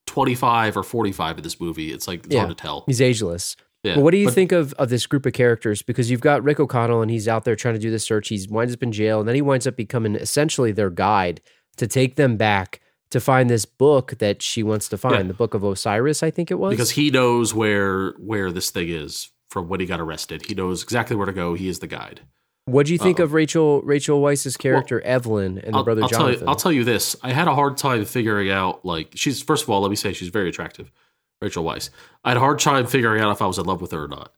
Speaker 3: twenty five or forty five in this movie. It's like it's
Speaker 4: Yeah.
Speaker 3: hard to tell.
Speaker 4: he's ageless.
Speaker 3: uh, Yeah.
Speaker 4: But what do you
Speaker 3: But-
Speaker 4: think of of this group of characters because you've got Rick O'Connell and he's out there trying to do the search. He's winds up in jail and then he winds up becoming essentially their guide to take them back to find this book that she wants to find,
Speaker 3: Yeah.
Speaker 4: the book of Osiris, I think it was.
Speaker 3: Because he knows where where this thing is from when he got arrested. He knows exactly where to go. He is the guide.
Speaker 4: What do you think of Rachel Rachel Weiss's character Evelyn and the brother Jonathan?
Speaker 3: Tell you, I'll tell you this. I had a hard time figuring out, like, she's, first of all, let me say she's very attractive, Rachel Weiss. I had a hard time figuring out if I was in love with her or not.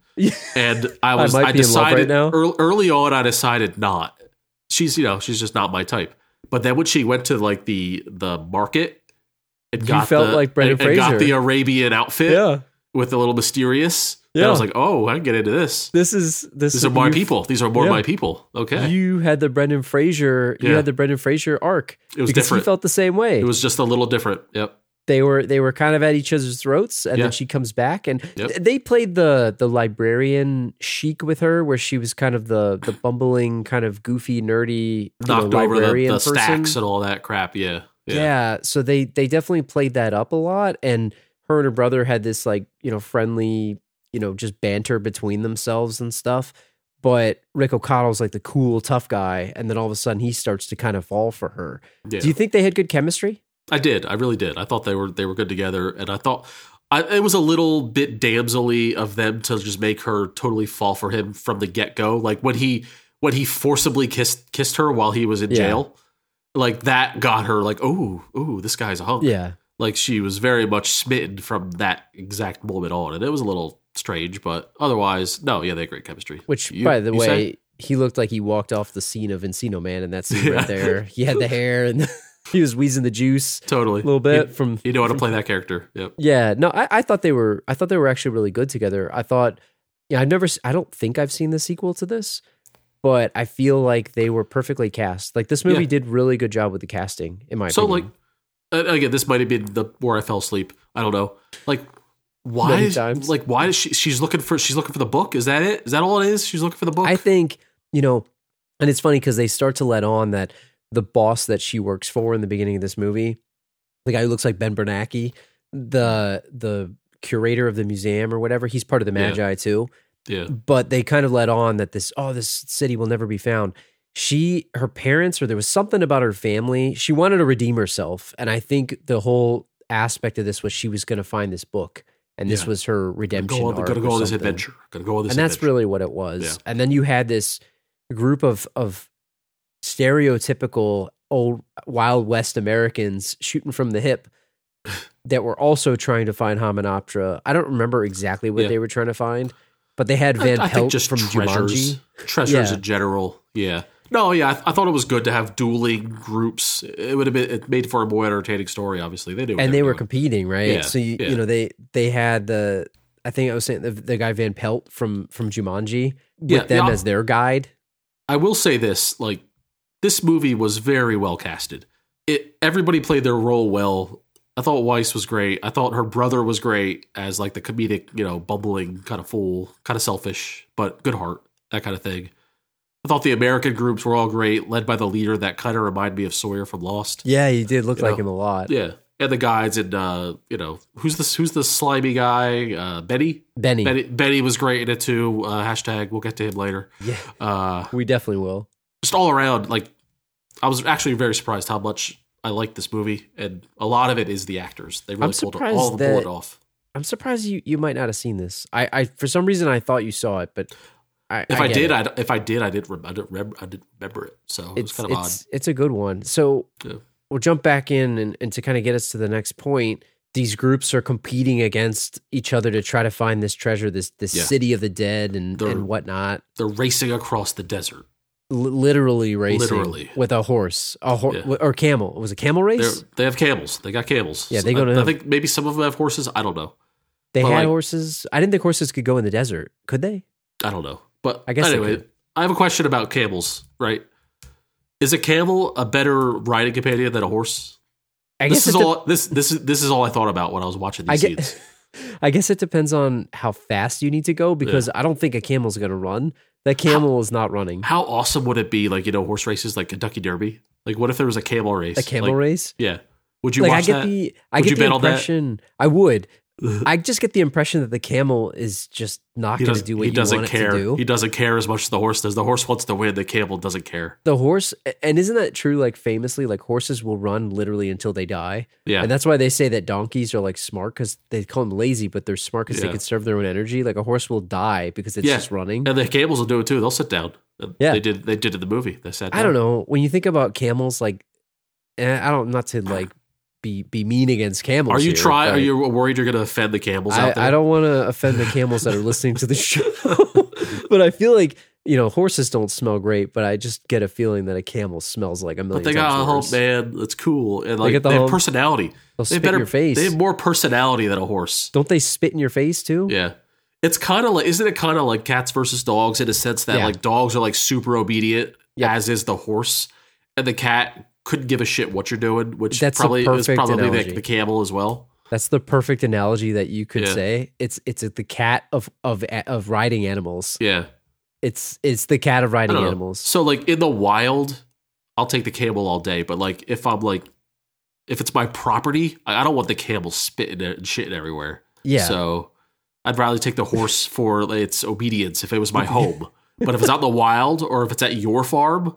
Speaker 3: And I was, I,
Speaker 4: might be in love right
Speaker 3: decided,
Speaker 4: now.
Speaker 3: ear- early on, I decided not. She's, you know, she's just not my type. But then when she went to, like, the the market and
Speaker 4: You
Speaker 3: got,
Speaker 4: felt
Speaker 3: the,
Speaker 4: like Brendan
Speaker 3: and, and got
Speaker 4: Fraser.
Speaker 3: the Arabian outfit
Speaker 4: yeah,
Speaker 3: with a little mysterious, then
Speaker 4: Yeah.
Speaker 3: I was like, oh, I can get into this.
Speaker 4: this is this
Speaker 3: These
Speaker 4: is
Speaker 3: are my
Speaker 4: you-
Speaker 3: people. These are more
Speaker 4: yeah.
Speaker 3: my people. Okay.
Speaker 4: You had the Brendan Fraser. You
Speaker 3: Yeah.
Speaker 4: had the Brendan Fraser arc.
Speaker 3: It was
Speaker 4: because
Speaker 3: different.
Speaker 4: He felt the same way.
Speaker 3: it was just a little different. Yep.
Speaker 4: they were they were kind of at each other's throats and
Speaker 3: Yeah.
Speaker 4: then she comes back and
Speaker 3: Yep.
Speaker 4: th- they played the the librarian chic with her where she was kind of the the bumbling kind of goofy nerdy you know,
Speaker 3: knocked over the,
Speaker 4: librarian
Speaker 3: the
Speaker 4: person.
Speaker 3: stacks and all that crap. Yeah.
Speaker 4: yeah. so they they definitely played that up a lot and her and her brother had this like you know friendly you know just banter between themselves and stuff but Rick O'Connell's like the cool tough guy and then all of a sudden he starts to kind of fall for her
Speaker 3: Yeah.
Speaker 4: do you think they had good chemistry
Speaker 3: I did. I really did. I thought they were they were good together, and I thought I, it was a little bit damselly of them to just make her totally fall for him from the get go. Like when he when he forcibly kissed kissed her while he was in
Speaker 4: Yeah.
Speaker 3: jail, like that got her like oh oh this guy's a hunk.
Speaker 4: yeah
Speaker 3: like she was very much smitten from that exact moment on, and it was a little strange, but otherwise, no, yeah, they had great chemistry.
Speaker 4: Which,
Speaker 3: You-
Speaker 4: by the
Speaker 3: you
Speaker 4: way,
Speaker 3: say?
Speaker 4: he looked like he walked off the scene of Encino Man in that scene
Speaker 3: Yeah.
Speaker 4: right there. He had the hair and he was wheezing the juice
Speaker 3: totally
Speaker 4: a little bit from.
Speaker 3: You, you know how to play that character. Yep.
Speaker 4: Yeah, no, I, I thought they were. I thought they were actually really good together. I thought, yeah, I've never. s- I don't think I've seen the sequel to this, but I feel like they were perfectly cast. Like this movie
Speaker 3: Yeah.
Speaker 4: did really good job with the casting, in my
Speaker 3: So
Speaker 4: opinion.
Speaker 3: like, uh, again, this might have been the where I fell asleep. I don't know. Like, why?
Speaker 4: Many
Speaker 3: Is,
Speaker 4: times.
Speaker 3: like, why is she? She's looking for. She's looking for the book. Is that it? Is that all it is? She's looking for the book.
Speaker 4: I think, you know, and it's funny because they start to let on that the boss that she works for in the beginning of this movie, the guy who looks like Ben Bernanke, the the curator of the museum or whatever, he's part of the
Speaker 3: Yeah.
Speaker 4: Magi too.
Speaker 3: yeah.
Speaker 4: But they kind of let on that this oh this city will never be found. She her parents or there was something about her family. She wanted to redeem herself, and I think the whole aspect of this was she was going to find this book, and this
Speaker 3: Yeah.
Speaker 4: was her redemption.
Speaker 3: Go on,
Speaker 4: arc
Speaker 3: gotta
Speaker 4: or
Speaker 3: go on this
Speaker 4: something
Speaker 3: adventure. Gotta go on this.
Speaker 4: and that's
Speaker 3: adventure.
Speaker 4: really what it was.
Speaker 3: Yeah.
Speaker 4: And then you had this group of of stereotypical old Wild West Americans shooting from the hip that were also trying to find Hominoptera. I don't remember exactly what
Speaker 3: Yeah.
Speaker 4: they were trying to find, but they had Van
Speaker 3: I, I think
Speaker 4: Pelt
Speaker 3: just
Speaker 4: from
Speaker 3: treasures,
Speaker 4: Jumanji.
Speaker 3: treasures
Speaker 4: Yeah.
Speaker 3: in general. Yeah. No, yeah, I, I thought it was good to have dueling groups. It would have been it made for a more entertaining story. Obviously, they did. what
Speaker 4: and they were
Speaker 3: doing.
Speaker 4: competing, right?
Speaker 3: Yeah,
Speaker 4: so you,
Speaker 3: yeah.
Speaker 4: you know they they had the I think I was saying the, the guy Van Pelt from from Jumanji with
Speaker 3: Yeah,
Speaker 4: them
Speaker 3: yeah.
Speaker 4: as their guide.
Speaker 3: I will say this: like this movie was very well casted. It everybody played their role well. I thought Weiss was great. I thought her brother was great as like the comedic, you know, bumbling kind of fool, kind of selfish, but good heart, that kind of thing. I thought the American groups were all great, led by the leader that kind of reminded me of Sawyer from Lost.
Speaker 4: Yeah, he did look
Speaker 3: You
Speaker 4: like
Speaker 3: know,
Speaker 4: him a lot.
Speaker 3: Yeah, and the guides and uh, you know who's this who's the slimy guy? Uh, Benny.
Speaker 4: Benny.
Speaker 3: Benny. Benny was great in it too. Uh, hashtag. We'll get to him later.
Speaker 4: Yeah,
Speaker 3: Uh,
Speaker 4: we definitely will.
Speaker 3: just all around, like I was actually very surprised how much I liked this movie, and a lot of it is the actors. They really
Speaker 4: I'm
Speaker 3: pulled
Speaker 4: surprised
Speaker 3: all the bullet
Speaker 4: that-
Speaker 3: off.
Speaker 4: I'm surprised you you might not have seen this. I, I for some reason I thought you saw it, but I
Speaker 3: If I,
Speaker 4: get
Speaker 3: did,
Speaker 4: it.
Speaker 3: I if I did, I didn't, rem- I didn't, rem- I didn't remember it. So it was
Speaker 4: it's
Speaker 3: kind of odd.
Speaker 4: it's it's a good one. So
Speaker 3: Yeah.
Speaker 4: we'll jump back in and, and to kind of get us to the next point. These groups are competing against each other to try to find this treasure, this this
Speaker 3: Yeah.
Speaker 4: city of the dead and
Speaker 3: They're-
Speaker 4: and whatnot.
Speaker 3: They're racing across the desert.
Speaker 4: L- literally racing
Speaker 3: Literally.
Speaker 4: with a horse, a horse
Speaker 3: Yeah.
Speaker 4: or camel. It was a camel
Speaker 3: They're,
Speaker 4: race.
Speaker 3: they have camels. They got camels.
Speaker 4: Yeah, they
Speaker 3: So
Speaker 4: go to
Speaker 3: I, I
Speaker 4: them.
Speaker 3: think maybe some of them have horses. I don't know.
Speaker 4: They
Speaker 3: but
Speaker 4: had
Speaker 3: like-
Speaker 4: horses. I didn't think horses could go in the desert. Could they?
Speaker 3: I don't know. But
Speaker 4: I guess they
Speaker 3: anyway,
Speaker 4: could.
Speaker 3: I have a question about camels. Right? Is a camel a better riding companion than a horse?
Speaker 4: I
Speaker 3: this
Speaker 4: guess
Speaker 3: is
Speaker 4: it de-
Speaker 3: all. This this is this is all I thought about when I was watching
Speaker 4: I
Speaker 3: these scenes.
Speaker 4: guess, I guess it depends on how fast you need to go because I don't think a camel's going to run. That camel is not running.
Speaker 3: How awesome would it be, like you know, horse races, like Kentucky Derby? Like, what if there was a camel race?
Speaker 4: A camel
Speaker 3: Like,
Speaker 4: race?
Speaker 3: Yeah. Would you
Speaker 4: like I
Speaker 3: watch
Speaker 4: get
Speaker 3: that?
Speaker 4: the I
Speaker 3: Would you
Speaker 4: get the
Speaker 3: bet on that?
Speaker 4: impression I would, I just get the impression that the camel is just not
Speaker 3: He
Speaker 4: going to
Speaker 3: doesn't,
Speaker 4: do what
Speaker 3: he
Speaker 4: you
Speaker 3: doesn't
Speaker 4: want
Speaker 3: care.
Speaker 4: it to do.
Speaker 3: He doesn't care as much as the horse does. The horse wants to win. The camel doesn't care.
Speaker 4: the horse, and isn't that true? Like famously, like horses will run literally until they die,
Speaker 3: Yeah.
Speaker 4: and that's why they say that donkeys are like smart because they call them lazy, but they're smart because
Speaker 3: Yeah.
Speaker 4: they conserve their own energy. Like a horse will die because it's
Speaker 3: Yeah.
Speaker 4: just running.
Speaker 3: and the camels will do it too. They'll sit down. Uh,
Speaker 4: Yeah.
Speaker 3: They did. They did in the movie. They sat. Down.
Speaker 4: I don't know. When you think about camels, like and I don't not to like be be mean against camels.
Speaker 3: Are you
Speaker 4: here,
Speaker 3: try? Are
Speaker 4: but
Speaker 3: you worried you're going to offend the camels out there?
Speaker 4: I, I don't want to offend the camels that are listening to the show, but I feel like you know horses don't smell great, but I just get a feeling that a camel smells like a million.
Speaker 3: But they got
Speaker 4: times
Speaker 3: a hump,
Speaker 4: worse.
Speaker 3: man. That's cool. And like they,
Speaker 4: get the
Speaker 3: have
Speaker 4: hump.
Speaker 3: personality. They
Speaker 4: They'll spit
Speaker 3: have better.
Speaker 4: in your face.
Speaker 3: They have more personality than a horse.
Speaker 4: don't they spit in your face too?
Speaker 3: Yeah. It's kind of like, isn't it kind of like cats versus dogs in a sense that
Speaker 4: Yeah.
Speaker 3: like dogs are like super obedient,
Speaker 4: Yeah.
Speaker 3: as is the horse, and the cat couldn't give a shit what you're doing, which
Speaker 4: That's a
Speaker 3: probably is
Speaker 4: perfect
Speaker 3: probably the,
Speaker 4: analogy.
Speaker 3: the camel as well.
Speaker 4: That's the perfect analogy that you could
Speaker 3: Yeah.
Speaker 4: say. It's it's the cat of of of riding animals.
Speaker 3: Yeah.
Speaker 4: It's it's the cat of
Speaker 3: I
Speaker 4: riding
Speaker 3: don't know.
Speaker 4: animals.
Speaker 3: So like in the wild, I'll take the camel all day, but like if I'm like, if it's my property, I I don't want the camel spitting it and shitting everywhere.
Speaker 4: Yeah.
Speaker 3: So I'd rather take the horse for its obedience if it was my home. But if it's out in the wild or if it's at your farm,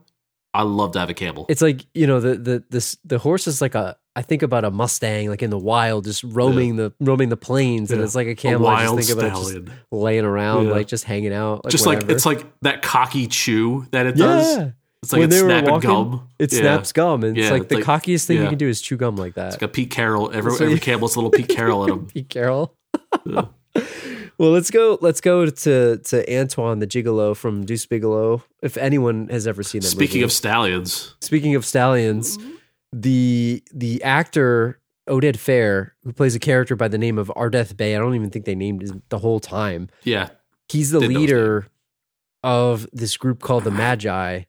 Speaker 3: I love to have a camel.
Speaker 4: it's like you know the the this the horse is like a I think about a Mustang like in the wild just roaming the roaming the plains and
Speaker 3: Yeah.
Speaker 4: it's like a camel. I just think about it just
Speaker 3: stallion. Just,
Speaker 4: laying around
Speaker 3: Yeah.
Speaker 4: like just hanging out. Like
Speaker 3: like
Speaker 4: whatever.
Speaker 3: it's like that cocky chew that it
Speaker 4: yeah.
Speaker 3: does. It's like
Speaker 4: When
Speaker 3: it's
Speaker 4: they were
Speaker 3: snapping
Speaker 4: walking,
Speaker 3: gum.
Speaker 4: It
Speaker 3: Yeah.
Speaker 4: snaps gum and
Speaker 3: Yeah,
Speaker 4: it's like
Speaker 3: it's
Speaker 4: the
Speaker 3: like-
Speaker 4: cockiest thing
Speaker 3: yeah.
Speaker 4: you can do is chew gum like that.
Speaker 3: It's like a Pete Carroll. Every,
Speaker 4: So-
Speaker 3: every camel's a little Pete Carroll in him.
Speaker 4: Pete Carroll. well, let's go. Let's go to to Antoine the Gigolo from Deuce Bigelow. If anyone has ever seen that.
Speaker 3: Speaking
Speaker 4: movie.
Speaker 3: of stallions,
Speaker 4: speaking of stallions, the the actor Oded Fair, who plays a character by the name of Ardeth Bay, I don't even think they named him the whole time.
Speaker 3: yeah,
Speaker 4: He's the
Speaker 3: Didn't know his
Speaker 4: leader of this group called the Magi, and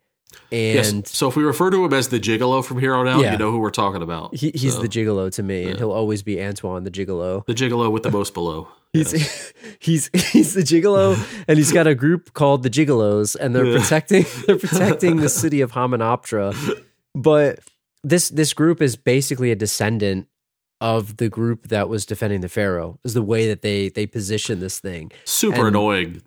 Speaker 3: yes. So if we refer to him as the Gigolo from here on out,
Speaker 4: Yeah.
Speaker 3: you know who we're talking about.
Speaker 4: he, he's
Speaker 3: So,
Speaker 4: the Gigolo to me, and he'll always be Antoine the Gigolo.
Speaker 3: the Gigolo with the most below.
Speaker 4: He's he's he's the gigolo, and he's got a group called the Gigolos, and they're protecting they're protecting the city of Hamunaptra. But this this group is basically a descendant of the group that was defending the pharaoh. Is the way that they they position this thing.
Speaker 3: Super
Speaker 4: And-
Speaker 3: annoying.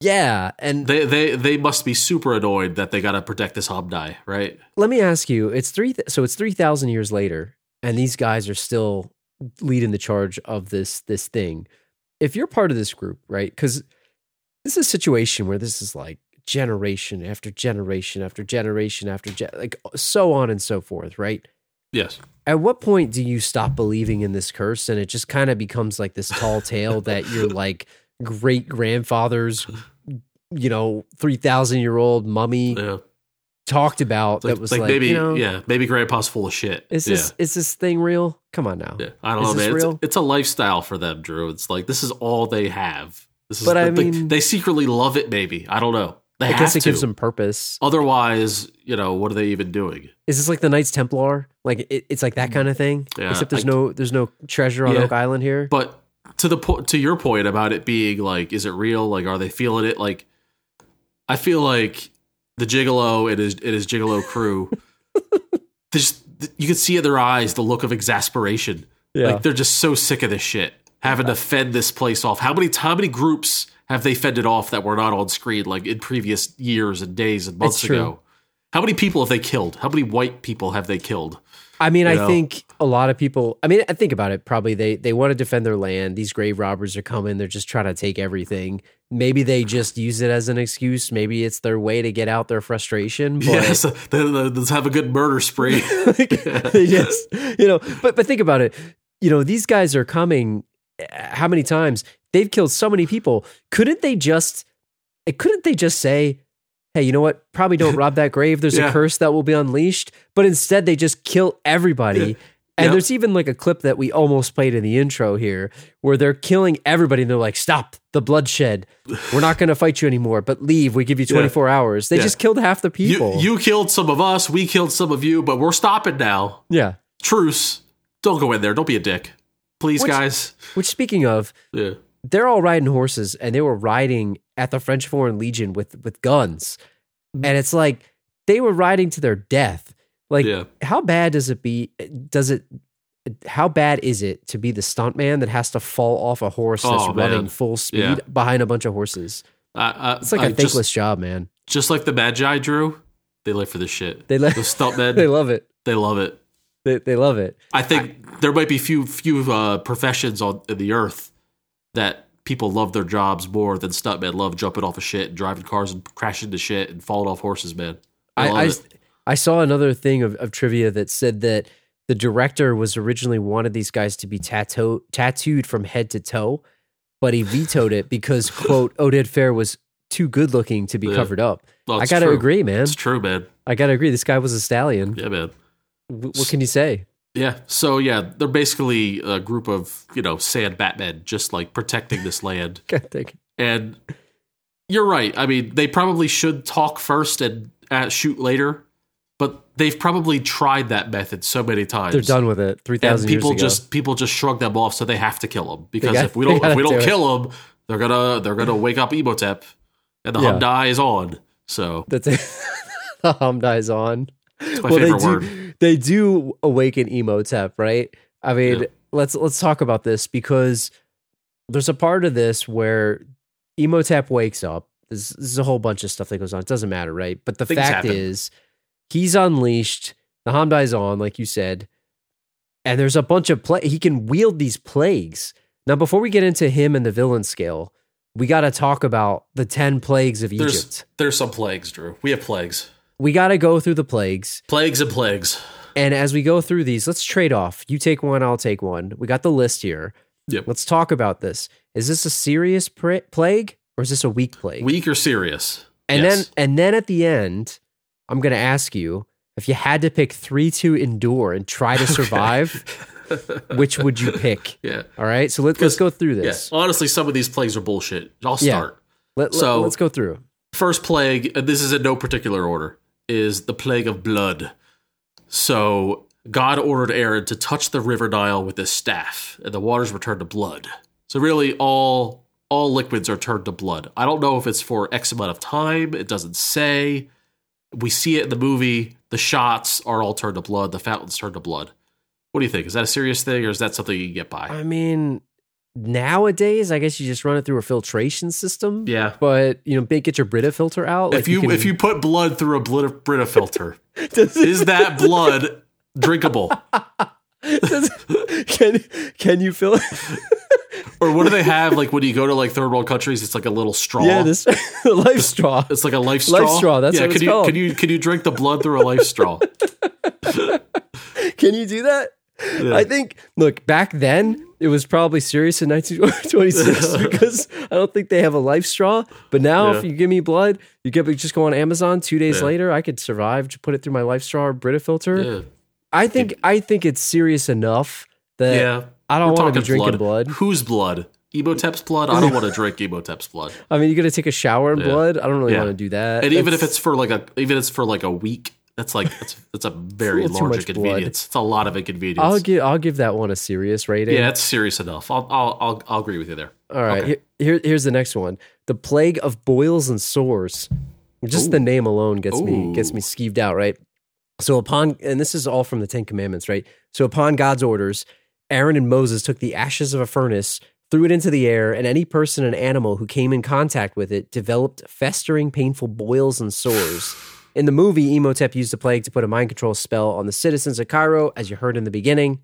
Speaker 4: Yeah, and
Speaker 3: They they they must be super annoyed that they got to protect this Hobnai, right?
Speaker 4: let me ask you: it's three th- so it's three thousand years later, and these guys are still leading the charge of this this thing. If you're part of this group, right? Because this is a situation where this is like generation after generation after generation after gen- like so on and so forth, right?
Speaker 3: Yes.
Speaker 4: At what point do you stop believing in this curse and it just kind of becomes like this tall tale that your like great grandfather's, you know, 3,000 year old mummy
Speaker 3: Yeah.
Speaker 4: talked
Speaker 3: It's
Speaker 4: about
Speaker 3: Like,
Speaker 4: that was
Speaker 3: like
Speaker 4: like,
Speaker 3: maybe
Speaker 4: you know,
Speaker 3: yeah maybe Grandpa's full of shit.
Speaker 4: is
Speaker 3: yeah.
Speaker 4: this is this thing real? Come on now.
Speaker 3: Yeah, I don't
Speaker 4: Is
Speaker 3: know,
Speaker 4: this
Speaker 3: man. It's,
Speaker 4: real?
Speaker 3: it's a lifestyle for them, Drew. It's like this is all they have. This is
Speaker 4: But I
Speaker 3: the- they-
Speaker 4: mean-
Speaker 3: they secretly love it. Maybe I don't know. They
Speaker 4: I guess
Speaker 3: have
Speaker 4: it gives
Speaker 3: to.
Speaker 4: them purpose.
Speaker 3: Otherwise, you know, what are they even doing?
Speaker 4: Is this like the Knights Templar? Like it, it's like that kind of thing.
Speaker 3: Mm. Yeah,
Speaker 4: Except there's
Speaker 3: I-
Speaker 4: no there's no treasure on
Speaker 3: Yeah.
Speaker 4: Oak Island here.
Speaker 3: But to the po- to your point about it being like, is it real? Like, are they feeling it? Like, I feel like the Gigolo and his and his Gigolo crew. there's you can see in their eyes the look of exasperation. Like they're just so sick of this shit. Having to fend this place off. How many how many groups have they fended off that were not on screen like in previous years and days and months
Speaker 4: true.
Speaker 3: ago? How many people have they killed? How many white people have they killed?
Speaker 4: I mean, I
Speaker 3: know?
Speaker 4: think a lot of people. I mean, I think about it. Probably they they want to defend their land. These grave robbers are coming. They're just trying to take everything. Maybe they just use it as an excuse. Maybe it's their way to get out their frustration. But
Speaker 3: yes, they- they- let's have a good murder spree.
Speaker 4: like, they just you know. But but think about it. You know, these guys are coming. uh, How many times they've killed so many people? Couldn't they just? uh, Couldn't they just say? Hey, you know what? Probably don't rob that grave. There's
Speaker 3: Yeah.
Speaker 4: a curse that will be unleashed. But instead, they just kill everybody. And
Speaker 3: Yep.
Speaker 4: there's even like a clip that we almost played in the intro here where they're killing everybody and they're like, stop the bloodshed. We're not going to fight you anymore, but leave. We give you 24 hours. They
Speaker 3: Yeah.
Speaker 4: just killed half the
Speaker 3: you
Speaker 4: people.
Speaker 3: you killed some of us, we killed some of you, but we're stopping now.
Speaker 4: yeah.
Speaker 3: Truce. Don't go in there. Don't be a dick. Please,
Speaker 4: Which-
Speaker 3: guys.
Speaker 4: Which, speaking of,
Speaker 3: Yeah.
Speaker 4: they're all riding horses and they were riding at the French Foreign Legion with with guns. And it's like they were riding to their death. Like
Speaker 3: Yeah.
Speaker 4: how bad does it be does it how bad is it to be the stuntman that has to fall off a horse that's
Speaker 3: Oh, man.
Speaker 4: running full speed
Speaker 3: Yeah.
Speaker 4: behind a bunch of horses?
Speaker 3: I, I,
Speaker 4: It's like a
Speaker 3: I
Speaker 4: thankless
Speaker 3: just,
Speaker 4: job, man.
Speaker 3: just like the Magi drew. They live for this shit.
Speaker 4: They
Speaker 3: love
Speaker 4: live-
Speaker 3: the stuntmen.
Speaker 4: They love it.
Speaker 3: they love it.
Speaker 4: They, they love it.
Speaker 3: I think there might be few few uh, professions on in the earth that people love their jobs more than stuntmen love jumping off of shit and driving cars and crashing into shit and falling off horses, man. I, love
Speaker 4: I, I,
Speaker 3: it.
Speaker 4: I saw another thing of, of trivia that said that the director was originally wanted these guys to be tattoo, tattooed from head to toe, but he vetoed it because, quote, Oded Fair was too good looking to be
Speaker 3: Yeah.
Speaker 4: covered up.
Speaker 3: No,
Speaker 4: I
Speaker 3: it's
Speaker 4: got to
Speaker 3: true.
Speaker 4: agree, man.
Speaker 3: It's true, man.
Speaker 4: I got to agree. This guy was a stallion.
Speaker 3: Yeah, man.
Speaker 4: W- what can you say?
Speaker 3: Yeah. So yeah, they're basically a group of you know sand Batman, just like protecting this land.
Speaker 4: God, thank
Speaker 3: And you're right. I mean, they probably should talk first and uh, shoot later, but they've probably tried that method so many times.
Speaker 4: They're done with it. Three
Speaker 3: and
Speaker 4: thousand years
Speaker 3: people
Speaker 4: ago.
Speaker 3: just people just shrug them off, so they have to kill them because
Speaker 4: got-
Speaker 3: if we
Speaker 4: they
Speaker 3: don't if
Speaker 4: gotta
Speaker 3: we don't
Speaker 4: do it.
Speaker 3: kill them, they're gonna they're gonna wake up Emotep, and the
Speaker 4: Yeah.
Speaker 3: Hyundai is on. So
Speaker 4: That's it. the hum dies on.
Speaker 3: it's my
Speaker 4: well, they
Speaker 3: favorite
Speaker 4: do.
Speaker 3: word.
Speaker 4: They do awaken Emotep, right? I mean,
Speaker 3: Yeah.
Speaker 4: let's let's talk about this because there's a part of this where Emotep wakes up. There's, there's a whole bunch of stuff that goes on. It doesn't matter, right? But the
Speaker 3: Things
Speaker 4: fact
Speaker 3: happen.
Speaker 4: is, he's unleashed. The Hamdai's on, like you said, and there's a bunch of play. He can wield these plagues. Now, before we get into him and the villain scale, we got to talk about the ten plagues of
Speaker 3: There's
Speaker 4: Egypt.
Speaker 3: there's some plagues, Drew. We have plagues,
Speaker 4: We got to go through the plagues.
Speaker 3: plagues and plagues.
Speaker 4: And as we go through these, let's trade off. You take one, I'll take one. We got the list here.
Speaker 3: Yep.
Speaker 4: Let's talk about this. Is this a serious pr- plague or is this a weak plague?
Speaker 3: Weak or serious?
Speaker 4: and
Speaker 3: yes.
Speaker 4: then and then at the end, I'm going to ask you if you had to pick 3 to endure and try to survive, which would you pick?
Speaker 3: Yeah.
Speaker 4: All right? So let, let's go through
Speaker 3: Yes.
Speaker 4: this.
Speaker 3: Honestly, some of these plagues are bullshit. I'll
Speaker 4: Yeah.
Speaker 3: start.
Speaker 4: Let, let,
Speaker 3: So-
Speaker 4: let's go through.
Speaker 3: First plague, and this is in no particular order, is the plague of blood. So God ordered Aaron to touch the river Nile with his staff, and the waters were turned to blood. So really, all all liquids are turned to blood. I don't know if it's for X amount of time. It doesn't say. We see it in the movie. The shots are all turned to blood. The fountains turned to blood. What do you think? Is that a serious thing, or is that something you can get by?
Speaker 4: I mean, nowadays, I guess you just run it through a filtration system.
Speaker 3: Yeah.
Speaker 4: But, you know, get your Brita filter out.
Speaker 3: if you,
Speaker 4: can-
Speaker 3: if you put blood through a blit- Brita filter, is that blood drinkable?
Speaker 4: Does- can can you fill?
Speaker 3: Or what do they have? Like when you go to like third world countries, it's like a little straw.
Speaker 4: yeah, this the life straw.
Speaker 3: it's like a life straw.
Speaker 4: Life straw, that's
Speaker 3: yeah.
Speaker 4: what
Speaker 3: can
Speaker 4: it's
Speaker 3: you
Speaker 4: called.
Speaker 3: can you can you drink the blood through a life straw?
Speaker 4: Can you do that? I think. Look, back then it was probably serious in 1926 because I don't think they have a life straw. But now, if
Speaker 3: Yeah.
Speaker 4: you give me blood, you get just go on Amazon. Two days
Speaker 3: Yeah.
Speaker 4: later, I could survive. Just put it through my life straw or Brita filter.
Speaker 3: Yeah.
Speaker 4: I think I think it's serious enough that
Speaker 3: yeah.
Speaker 4: I don't
Speaker 3: We're
Speaker 4: want to
Speaker 3: talking
Speaker 4: be drinking blood.
Speaker 3: Whose blood? Emotep's blood. I don't want to drink Emotep's blood.
Speaker 4: I mean, you're gonna take a shower in
Speaker 3: Yeah.
Speaker 4: blood. I don't really
Speaker 3: Yeah.
Speaker 4: want to do that.
Speaker 3: And even if
Speaker 4: That's-
Speaker 3: it's for like a even if it's for like a week, that's like it's it's a very
Speaker 4: little too
Speaker 3: large
Speaker 4: much blood.
Speaker 3: inconvenience. It's a lot of inconvenience.
Speaker 4: I'll give I'll give that one a serious rating.
Speaker 3: yeah, that's serious enough. I'll I'll I'll, I'll agree with you there.
Speaker 4: All right.
Speaker 3: Okay.
Speaker 4: Here, here- here's the next one. The plague of boils and sores. Just the name alone gets me gets me
Speaker 3: Ooh.
Speaker 4: skeeved out, right? So upon and this is all from the Ten Commandments, right? So upon God's orders, Aaron and Moses took the ashes of a furnace, threw it into the air, and any person and animal who came in contact with it developed festering, painful boils and sores. In the movie, Emotep used the plague to put a mind control spell on the citizens of Cairo, as you heard in the beginning.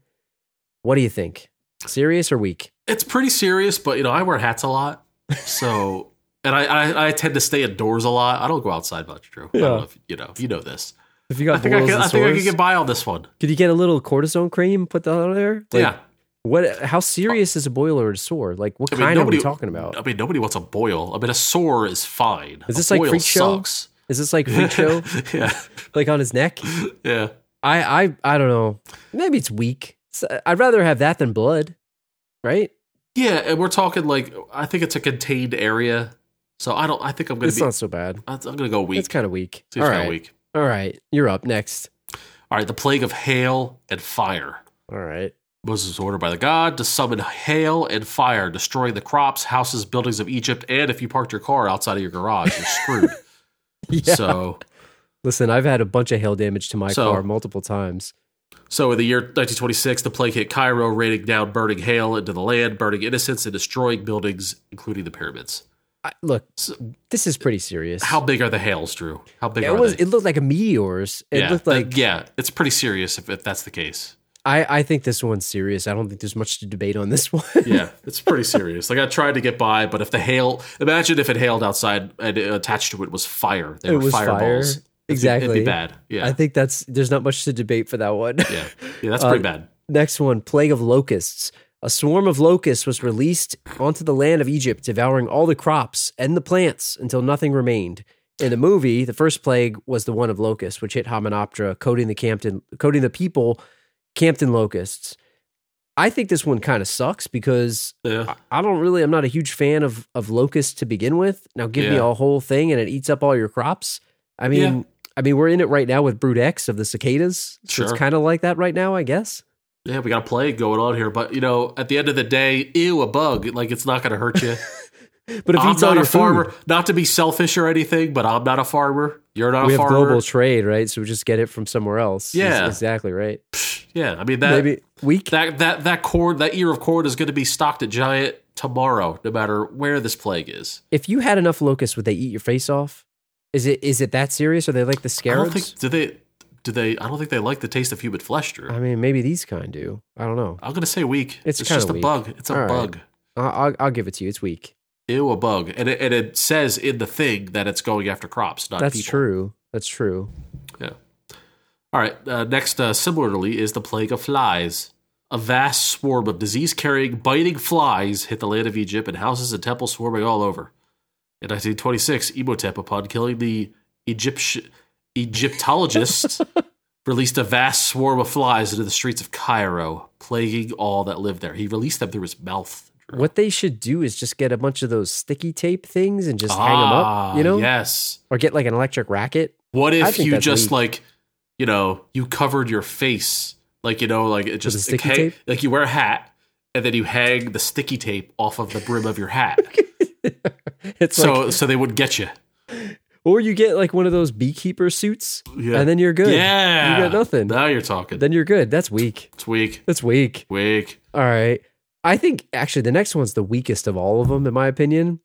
Speaker 4: What do you think? Serious or weak?
Speaker 3: It's pretty serious, but you know I wear hats a lot, so and I, I I tend to stay indoors a lot. I don't go outside much, Drew. I don't
Speaker 4: Yeah.
Speaker 3: know if, you know if you know this.
Speaker 4: If you got
Speaker 3: I think I
Speaker 4: boils
Speaker 3: can,
Speaker 4: and
Speaker 3: I think I
Speaker 4: sores,
Speaker 3: can get by on this one.
Speaker 4: could you get a little cortisone cream? Put that on there. Like,
Speaker 3: yeah,
Speaker 4: What? How serious is a boil or a sore? Like, what
Speaker 3: I mean,
Speaker 4: kind
Speaker 3: nobody-
Speaker 4: are we talking about?
Speaker 3: I mean nobody wants a boil. I mean a sore is fine.
Speaker 4: Is this
Speaker 3: a
Speaker 4: like
Speaker 3: boil
Speaker 4: Freak Show?
Speaker 3: sucks.
Speaker 4: Is this like freak show?
Speaker 3: yeah,
Speaker 4: like on his neck?
Speaker 3: yeah.
Speaker 4: I, I, I don't know. Maybe it's weak. So, I'd rather have that than blood, right?
Speaker 3: Yeah, and we're talking like I think it's a contained area, so I don't. I think I'm gonna
Speaker 4: It's
Speaker 3: be.
Speaker 4: not so bad.
Speaker 3: I'm gonna go weak.
Speaker 4: It's kind of weak.
Speaker 3: See,
Speaker 4: All
Speaker 3: it's kind
Speaker 4: right,
Speaker 3: of weak.
Speaker 4: all right. You're up next.
Speaker 3: All right, the plague of hail and fire.
Speaker 4: All right.
Speaker 3: Moses was ordered by the god to summon hail and fire, destroying the crops, houses, buildings of Egypt, and if you parked your car outside of your garage, you're screwed.
Speaker 4: Yeah.
Speaker 3: So
Speaker 4: Listen, I've had a bunch of hail damage to my
Speaker 3: So-
Speaker 4: car multiple times.
Speaker 3: So in the year 1926, the plague hit Cairo, raining down burning hail into the land, burning innocents, and destroying buildings, including the pyramids.
Speaker 4: I, look, this is pretty serious.
Speaker 3: How big are the hails, Drew? How big
Speaker 4: Yeah,
Speaker 3: are
Speaker 4: it was?
Speaker 3: they?
Speaker 4: It looked like a meteors. It
Speaker 3: yeah,
Speaker 4: looked
Speaker 3: that-
Speaker 4: like
Speaker 3: yeah, it's pretty serious if, if that's the case.
Speaker 4: I. I think this one's serious. I don't think there's much to debate on this one.
Speaker 3: Yeah, it's pretty serious. Like I tried to get by, but if the hail, imagine if it hailed outside and uh, attached to it was fire. There
Speaker 4: It
Speaker 3: were
Speaker 4: was fire.
Speaker 3: fireballs. It'd be-
Speaker 4: Exactly.
Speaker 3: it'd be bad. Yeah,
Speaker 4: I think that's there's not much to debate for that one.
Speaker 3: yeah, yeah. That's pretty
Speaker 4: Uh,
Speaker 3: bad.
Speaker 4: Next one, plague of locusts. A swarm of locusts was released onto the land of Egypt, devouring all the crops and the plants until nothing remained. In the movie, the first plague was the one of locusts, which hit Hamunaptera, coating the Campton, coating the people, Campton locusts. I think this one kind of sucks because
Speaker 3: Yeah.
Speaker 4: I- I don't really, I'm not a huge fan of of locusts to begin with. Now give me
Speaker 3: Yeah.
Speaker 4: a whole thing and it eats up all your crops. I mean,
Speaker 3: Yeah.
Speaker 4: I mean, we're in it right now with Brood X of the cicadas. So
Speaker 3: Sure.
Speaker 4: it's kind of like that right now, I guess.
Speaker 3: Yeah, we got a plague going on here, but you know, at the end of the day, ew, a bug. Like it's not going to hurt you.
Speaker 4: But if you
Speaker 3: I'm
Speaker 4: eats all
Speaker 3: not
Speaker 4: your
Speaker 3: a farmer.
Speaker 4: food,
Speaker 3: Not to be selfish or anything, but I'm not a farmer. You're not
Speaker 4: we
Speaker 3: a
Speaker 4: have
Speaker 3: farmer.
Speaker 4: global trade, right? So we just get it from somewhere else. That's
Speaker 3: Yeah.
Speaker 4: exactly right.
Speaker 3: yeah, I mean that
Speaker 4: Maybe weak.
Speaker 3: that that that corn that ear of corn is going to be stocked at Giant tomorrow, no matter where this plague is.
Speaker 4: if you had enough locusts, would they eat your face off? Is it is it that serious? Are they like the
Speaker 3: I don't
Speaker 4: scarabs?
Speaker 3: think do they do they. I don't think they like the taste of human flesh, Drew.
Speaker 4: I
Speaker 3: I'm,
Speaker 4: mean, maybe these kind do. I don't know.
Speaker 3: going to say weak.
Speaker 4: It's
Speaker 3: just
Speaker 4: kinda
Speaker 3: a
Speaker 4: weak.
Speaker 3: bug. It's a
Speaker 4: All right.
Speaker 3: bug.
Speaker 4: I- I'll, I'll give it to you. It's weak.
Speaker 3: Ew, a bug, and it, and it says in the thing that it's going after crops, not
Speaker 4: That's
Speaker 3: people.
Speaker 4: true. That's true.
Speaker 3: All right. Uh, next, uh, similarly, is the plague of flies. A vast swarm of disease-carrying, biting flies hit the land of Egypt, and houses and temples swarming all over. In 1926, Imhotep, upon killing the Egyptian Egyptologist, released a vast swarm of flies into the streets of Cairo, plaguing all that lived there. He released them through his mouth.
Speaker 4: What they should do is just get a bunch of those sticky tape things and just hang 'em hang them
Speaker 3: Ah,
Speaker 4: up, you know,
Speaker 3: Yes.
Speaker 4: or get like an electric racket.
Speaker 3: What
Speaker 4: I
Speaker 3: if
Speaker 4: think
Speaker 3: you
Speaker 4: that's
Speaker 3: just
Speaker 4: weak.
Speaker 3: like, you know, you covered your face, like you know, like it
Speaker 4: a
Speaker 3: just
Speaker 4: sticky
Speaker 3: it hang-
Speaker 4: tape?
Speaker 3: like you wear a hat and then you hang the sticky tape off of the brim of your hat,
Speaker 4: It's
Speaker 3: so
Speaker 4: like,
Speaker 3: so they would get you.
Speaker 4: or you get like one of those beekeeper suits,
Speaker 3: Yeah.
Speaker 4: and then you're good.
Speaker 3: Yeah,
Speaker 4: you got nothing.
Speaker 3: Now you're talking.
Speaker 4: Then you're good. That's weak.
Speaker 3: it's weak,
Speaker 4: That's weak.
Speaker 3: weak.
Speaker 4: All right. I think actually the next one's the weakest of all of them, in my opinion.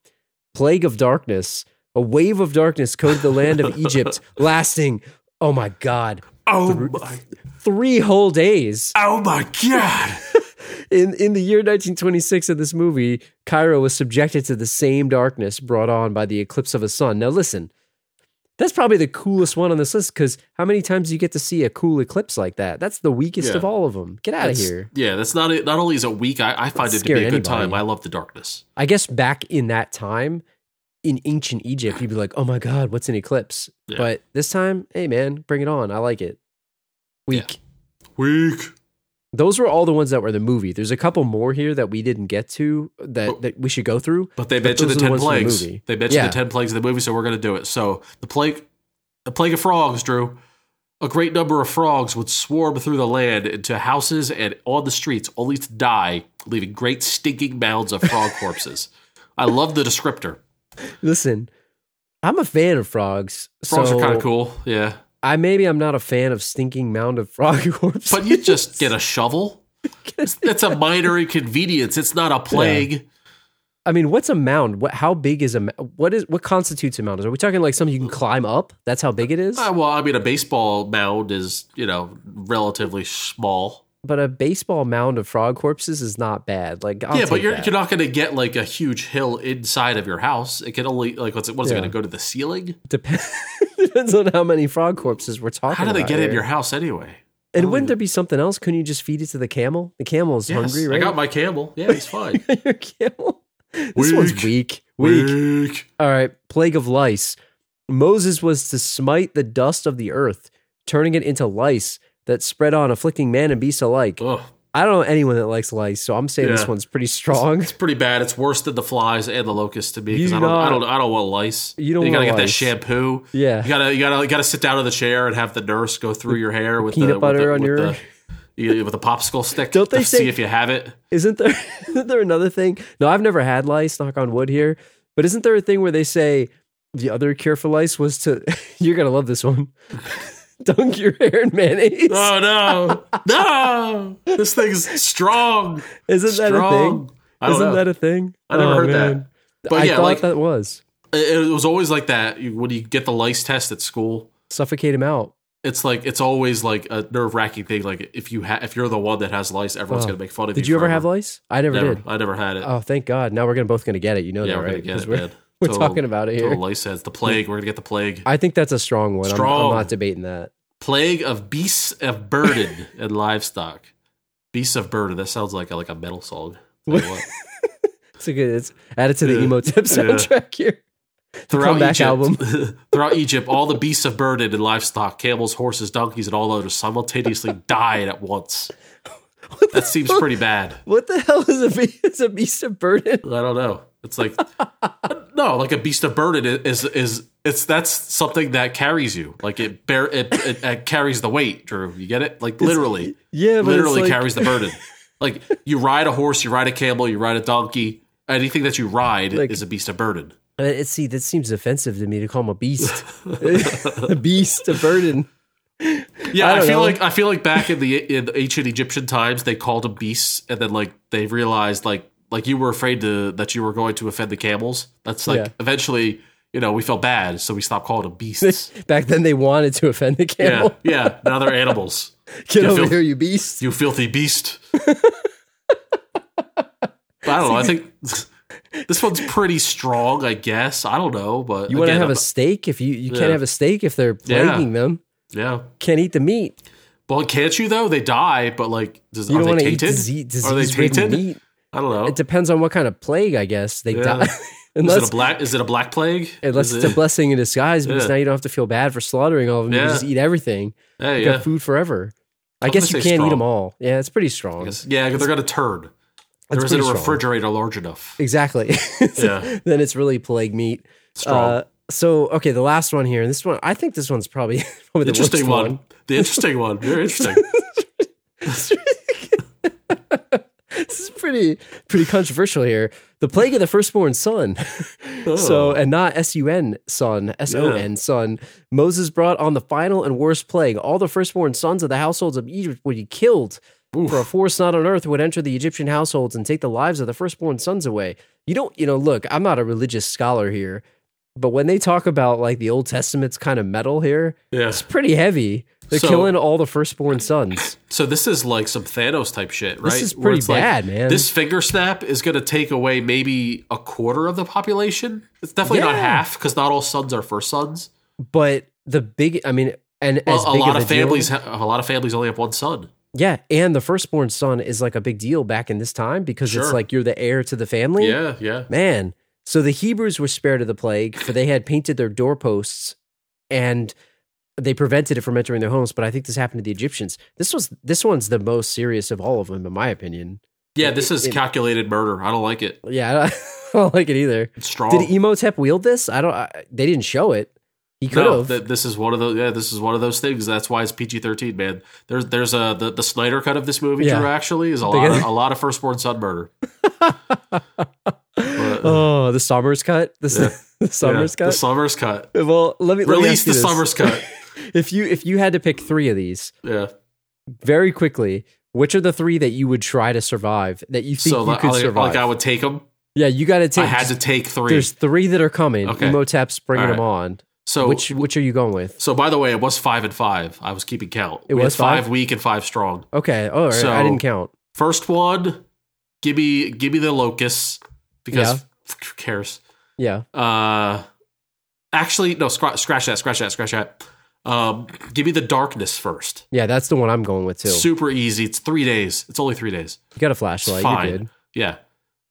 Speaker 4: Plague of Darkness. A wave of darkness coated the land of Egypt, lasting, oh my God,
Speaker 3: Oh my,
Speaker 4: three whole days.
Speaker 3: oh my god!
Speaker 4: In, in the year 1926 of this movie, Cairo was subjected to the same darkness brought on by the eclipse of a sun. Now, listen, that's probably the coolest one on this list because how many times do you get to see a cool eclipse like that? That's the weakest
Speaker 3: Yeah.
Speaker 4: of all of them. Get out of
Speaker 3: That's-
Speaker 4: here.
Speaker 3: Yeah, that's not it. Not only is it weak, I, I find it to be a
Speaker 4: scared
Speaker 3: good time.
Speaker 4: anybody.
Speaker 3: I love the darkness.
Speaker 4: I guess back in that time in ancient Egypt, you'd be like, oh my God, what's an eclipse?
Speaker 3: Yeah.
Speaker 4: But this time, hey man, bring it on. I like it. Weak.
Speaker 3: Weak.
Speaker 4: Those were all the ones that were in the movie. There's a couple more here that we didn't get to that, that we should go through.
Speaker 3: But they mentioned
Speaker 4: those
Speaker 3: the
Speaker 4: are the
Speaker 3: ten
Speaker 4: ones from the
Speaker 3: plagues.
Speaker 4: movie.
Speaker 3: they mentioned
Speaker 4: Yeah.
Speaker 3: the ten plagues of the movie, so we're going to do it. So the plague, the plague of frogs, Drew. A great number of frogs would swarm through the land into houses and on the streets, only to die, leaving great stinking mounds of frog corpses. I love the descriptor.
Speaker 4: Listen, I'm a fan of frogs.
Speaker 3: Frogs
Speaker 4: so
Speaker 3: are kind of cool, yeah.
Speaker 4: I maybe I'm not a fan of stinking mound of frog corpses.
Speaker 3: But you just get a shovel. It's, it's a minor inconvenience. It's not a plague.
Speaker 4: I mean, what's a mound? What? How big is a? ma- What is? What constitutes a mound? Are we talking like something you can climb up? That's how big it is.
Speaker 3: Ah, well, I mean, a baseball mound is you know relatively small.
Speaker 4: but a baseball mound of frog corpses is not bad. Like, I'll
Speaker 3: yeah, but
Speaker 4: take
Speaker 3: you're
Speaker 4: that.
Speaker 3: you're not going to get like a huge hill inside of your house. It can only like what's it, what is it
Speaker 4: Yeah.
Speaker 3: going to go to the ceiling?
Speaker 4: Dep- depends on how many frog corpses we're talking.
Speaker 3: How do they
Speaker 4: about
Speaker 3: get in
Speaker 4: here.
Speaker 3: your house anyway?
Speaker 4: And wouldn't there be something else? Couldn't you just feed it to the camel? The camel is
Speaker 3: Yes,
Speaker 4: hungry, right?
Speaker 3: I got my camel. Yeah, he's fine.
Speaker 4: your camel. This one's weak. Weak.
Speaker 3: Weak.
Speaker 4: All right. Plague of lice. Moses was to smite the dust of the earth, turning it into lice that spread on, afflicting man and beast alike.
Speaker 3: Ugh,
Speaker 4: I don't know anyone that likes lice, so I'm saying this
Speaker 3: Yeah.
Speaker 4: one's pretty strong.
Speaker 3: it's pretty bad. It's worse than the flies and the locusts to me because
Speaker 4: You
Speaker 3: I don't, I
Speaker 4: not-
Speaker 3: don't I don't want lice.
Speaker 4: You don't
Speaker 3: You gotta get
Speaker 4: want
Speaker 3: that
Speaker 4: lice.
Speaker 3: shampoo.
Speaker 4: Yeah.
Speaker 3: You gotta you gotta you gotta sit down in the chair and have the nurse go through your hair with
Speaker 4: peanut
Speaker 3: the,
Speaker 4: butter
Speaker 3: with
Speaker 4: on
Speaker 3: the,
Speaker 4: your-
Speaker 3: with the, yeah, with a popsicle stick.
Speaker 4: Don't they
Speaker 3: to
Speaker 4: say-
Speaker 3: see if you have it?
Speaker 4: Isn't there isn't there another thing? No, I've never had lice, knock on wood here. But isn't there a thing where they say the other cure for lice was to you're gonna love this one. dunk your hair in mayonnaise.
Speaker 3: Oh no, no! This thing's strong.
Speaker 4: Isn't that a
Speaker 3: strong.
Speaker 4: thing?
Speaker 3: I don't
Speaker 4: Isn't
Speaker 3: know.
Speaker 4: that a thing?
Speaker 3: I never
Speaker 4: Oh,
Speaker 3: heard
Speaker 4: man.
Speaker 3: that. But
Speaker 4: I
Speaker 3: yeah,
Speaker 4: thought
Speaker 3: like
Speaker 4: that was
Speaker 3: it, it was always like that you, when you get the lice test at school.
Speaker 4: suffocate him out.
Speaker 3: It's like it's always like a nerve wracking thing. Like if you ha- if you're the one that has lice, everyone's
Speaker 4: Oh.
Speaker 3: gonna make fun of you.
Speaker 4: Did you ever
Speaker 3: forever.
Speaker 4: have lice? I never,
Speaker 3: Never.
Speaker 4: did.
Speaker 3: I never had it.
Speaker 4: Oh, thank God! Now we're gonna both gonna get it. You know
Speaker 3: yeah,
Speaker 4: that,
Speaker 3: we're
Speaker 4: right?
Speaker 3: gonna get
Speaker 4: 'Cause
Speaker 3: it,
Speaker 4: we're,
Speaker 3: man.
Speaker 4: we're
Speaker 3: Total-
Speaker 4: talking about it here.
Speaker 3: Total lice heads. The plague. We're gonna get the plague.
Speaker 4: I think that's a strong one. I'm-
Speaker 3: Strong.
Speaker 4: I'm not debating that.
Speaker 3: Plague of beasts of burden and livestock. Beasts of burden. That sounds like a, like a metal song. Tell you what.
Speaker 4: It's a good. It's added to the
Speaker 3: Yeah.
Speaker 4: emo tip
Speaker 3: Yeah.
Speaker 4: soundtrack here.
Speaker 3: throughout
Speaker 4: comeback
Speaker 3: Egypt, throughout Egypt, all the beasts of burden and livestock, camels, horses, donkeys, and all others simultaneously died at once. That seems pretty bad.
Speaker 4: What the hell is a be- is a beast of burden?
Speaker 3: I don't know. It's like no, like a beast of burden i- is is it's that's something that carries you. Like it bear it, it, it carries the weight, Drew. You get it? Like literally,
Speaker 4: Yeah, but
Speaker 3: literally
Speaker 4: it's like,
Speaker 3: carries the burden. Like you ride a horse, you ride a camel, you ride a donkey. Anything that you ride
Speaker 4: Like-
Speaker 3: is a beast of burden.
Speaker 4: Uh, It, see, that seems offensive to me to call him a beast. a beast, a burden.
Speaker 3: Yeah,
Speaker 4: I
Speaker 3: I,
Speaker 4: don't
Speaker 3: feel
Speaker 4: know.
Speaker 3: like I feel like back in the in the ancient Egyptian times, they called them beasts, and then like they realized like like you were afraid to that you were going to offend the camels. That's like
Speaker 4: Yeah.
Speaker 3: eventually, you know, we felt bad, so we stopped calling them beasts.
Speaker 4: Back then, they wanted to offend the
Speaker 3: yeah,
Speaker 4: camel.
Speaker 3: yeah. Now they're animals.
Speaker 4: Get
Speaker 3: You
Speaker 4: over
Speaker 3: feel-
Speaker 4: here, you beast.
Speaker 3: You filthy beast. But I don't know. I think this one's pretty strong. I guess I don't know, but
Speaker 4: You want to
Speaker 3: again,
Speaker 4: have
Speaker 3: I'm-
Speaker 4: a steak? If you you
Speaker 3: Yeah.
Speaker 4: can't have a steak if they're
Speaker 3: Yeah.
Speaker 4: plaguing them,
Speaker 3: yeah.
Speaker 4: can't eat the meat.
Speaker 3: Well, can't you though? They die, but like, does,
Speaker 4: You
Speaker 3: are
Speaker 4: don't want
Speaker 3: they
Speaker 4: to eat
Speaker 3: tainted?
Speaker 4: disease,
Speaker 3: are they
Speaker 4: disease-ridden
Speaker 3: tainted?
Speaker 4: meat.
Speaker 3: I don't know.
Speaker 4: It depends on what kind of plague, I guess. They
Speaker 3: Yeah.
Speaker 4: die
Speaker 3: is
Speaker 4: unless
Speaker 3: it a black? Is it a black plague?
Speaker 4: unless
Speaker 3: Is
Speaker 4: it's a
Speaker 3: it,
Speaker 4: blessing in disguise because
Speaker 3: Yeah.
Speaker 4: now you don't have to feel bad for slaughtering all of them.
Speaker 3: Yeah.
Speaker 4: You just eat everything.
Speaker 3: hey,
Speaker 4: You
Speaker 3: yeah,
Speaker 4: got food forever. I
Speaker 3: I'm
Speaker 4: guess you
Speaker 3: gonna
Speaker 4: can't
Speaker 3: say
Speaker 4: eat them
Speaker 3: strong.
Speaker 4: all. Yeah, it's pretty strong.
Speaker 3: yeah, 'cause they're gonna turn. There
Speaker 4: It's
Speaker 3: isn't a
Speaker 4: pretty strong. Uh,
Speaker 3: refrigerator large enough.
Speaker 4: Exactly.
Speaker 3: Yeah.
Speaker 4: then it's really plague meat.
Speaker 3: Strong,
Speaker 4: Uh, so okay, the last one here, and this one I think this one's probably, probably the
Speaker 3: interesting
Speaker 4: worst
Speaker 3: one. The interesting one. Very interesting.
Speaker 4: This is pretty pretty controversial here. The plague of the firstborn son. So and not S U N son, S O N son. Moses brought on the final and worst plague. All the firstborn sons of the households of Egypt would be killed. For a force not on earth would enter the Egyptian households and take the lives of the firstborn sons away. You don't, you know, look, I'm not a religious scholar here, but when they talk about like the Old Testament's kind of metal here,
Speaker 3: yeah.
Speaker 4: it's pretty heavy. They're
Speaker 3: So-
Speaker 4: killing all the firstborn sons.
Speaker 3: So this is like some Thanos type shit, right?
Speaker 4: is
Speaker 3: Where it's
Speaker 4: pretty
Speaker 3: like,
Speaker 4: bad, man.
Speaker 3: This finger snap is gonna take away maybe a quarter of the population. It's definitely not
Speaker 4: Yeah.
Speaker 3: half because not all sons are first sons.
Speaker 4: But the big, I mean, and
Speaker 3: Well,
Speaker 4: as
Speaker 3: a
Speaker 4: big
Speaker 3: lot
Speaker 4: of
Speaker 3: of,
Speaker 4: a deal-
Speaker 3: families, ha- a lot of families only have one son.
Speaker 4: Yeah, and the firstborn son is like a big deal back in this time because
Speaker 3: Sure.
Speaker 4: it's like you're the heir to the family.
Speaker 3: Yeah, yeah.
Speaker 4: Man. So the Hebrews were spared of the plague, for they had painted their doorposts and they prevented it from entering their homes. But I think this happened to the Egyptians. This was this one's the most serious of all of them, in my opinion.
Speaker 3: Yeah, this
Speaker 4: It-
Speaker 3: is
Speaker 4: it-
Speaker 3: calculated murder. I don't like it.
Speaker 4: Yeah, I don't, I don't like it either.
Speaker 3: It's strong.
Speaker 4: Did Emotep wield this? I don't. I, they didn't show it. He could
Speaker 3: No,
Speaker 4: have.
Speaker 3: th- this is one of those. Yeah, this is one of those things. That's why it's PG thirteen, man. There's there's a the, the Snyder cut of this movie.
Speaker 4: Yeah.
Speaker 3: Drew actually is a
Speaker 4: Big
Speaker 3: lot of,
Speaker 4: ass-
Speaker 3: a lot of firstborn son murder. But-
Speaker 4: oh, the Summers cut. The,
Speaker 3: Yeah.
Speaker 4: the Summers
Speaker 3: Yeah, The
Speaker 4: cut.
Speaker 3: Summers cut.
Speaker 4: well, let me let me
Speaker 3: Release
Speaker 4: ask you
Speaker 3: the
Speaker 4: this.
Speaker 3: Summers cut.
Speaker 4: If you if you had to pick three of these
Speaker 3: Yeah.
Speaker 4: very quickly, which are the three that you would try to survive that you think
Speaker 3: So
Speaker 4: you
Speaker 3: like,
Speaker 4: could
Speaker 3: like-
Speaker 4: survive?
Speaker 3: like I would take them.
Speaker 4: yeah, you got to take.
Speaker 3: I had to take three.
Speaker 4: There's three that are coming.
Speaker 3: Okay.
Speaker 4: Emotep's bringing
Speaker 3: All right.
Speaker 4: them on.
Speaker 3: so
Speaker 4: which which are you going with?
Speaker 3: so by the way, it was five and five. I was keeping count.
Speaker 4: It
Speaker 3: We
Speaker 4: was
Speaker 3: had five
Speaker 4: five?
Speaker 3: weak and five strong.
Speaker 4: Okay. Oh, all right, I
Speaker 3: So-
Speaker 4: didn't count.
Speaker 3: First one, give me give me the locusts because who cares.
Speaker 4: Yeah.
Speaker 3: Uh, actually, no. Scr- scratch that. Scratch that. Scratch that. Um, give me the darkness first.
Speaker 4: Yeah, that's the one I'm going with too.
Speaker 3: Super easy. It's three days. It's only three days.
Speaker 4: you got a
Speaker 3: It's
Speaker 4: flashlight.
Speaker 3: fine.
Speaker 4: You're good.
Speaker 3: Yeah.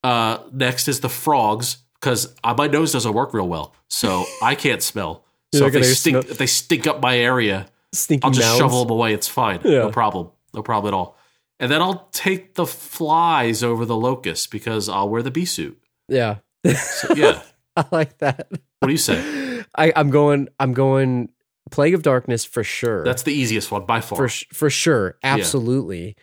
Speaker 3: Uh, next is the frogs because uh, my nose doesn't work real well, so I can't smell.
Speaker 4: You're
Speaker 3: So if
Speaker 4: not
Speaker 3: they
Speaker 4: gonna
Speaker 3: stink,
Speaker 4: smell-
Speaker 3: if they stink up my area,
Speaker 4: Stinky
Speaker 3: I'll just
Speaker 4: mounds.
Speaker 3: shovel them away. It's fine.
Speaker 4: Yeah.
Speaker 3: No problem. No problem at all. And then I'll take the flies over the locusts because I'll wear the bee suit.
Speaker 4: Yeah,
Speaker 3: So, yeah.
Speaker 4: I like that.
Speaker 3: what do you say?
Speaker 4: I, I'm going. I'm going. Plague of Darkness for sure.
Speaker 3: That's the easiest one by far.
Speaker 4: for sh- for sure. Absolutely.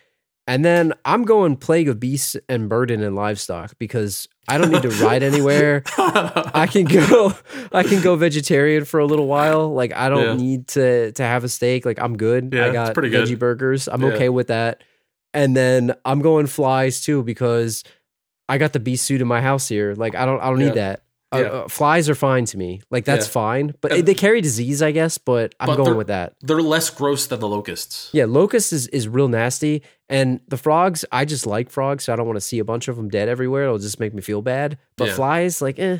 Speaker 4: And then I'm going plague of beasts and burden and livestock because I don't need to ride anywhere. I can go I can go vegetarian for a little while. Like I don't
Speaker 3: Yeah.
Speaker 4: need to to have a steak. Like I'm good.
Speaker 3: Yeah,
Speaker 4: I
Speaker 3: it's
Speaker 4: got
Speaker 3: pretty good.
Speaker 4: veggie burgers. I'm
Speaker 3: Yeah.
Speaker 4: okay with that. And then I'm going flies too because I got the beast suit in my house here. Like I don't I don't
Speaker 3: Yeah.
Speaker 4: need that. Uh,
Speaker 3: Yeah.
Speaker 4: uh, flies are fine to me. Like that's
Speaker 3: Yeah.
Speaker 4: fine. But
Speaker 3: And-
Speaker 4: they carry disease, I guess, but I'm
Speaker 3: But they're-
Speaker 4: going with that.
Speaker 3: They're less gross than the locusts.
Speaker 4: Yeah, locust is, is real nasty. And the frogs, I just like frogs, so I don't want to see a bunch of them dead everywhere. It'll just make me feel bad. But
Speaker 3: Yeah.
Speaker 4: flies, like, eh,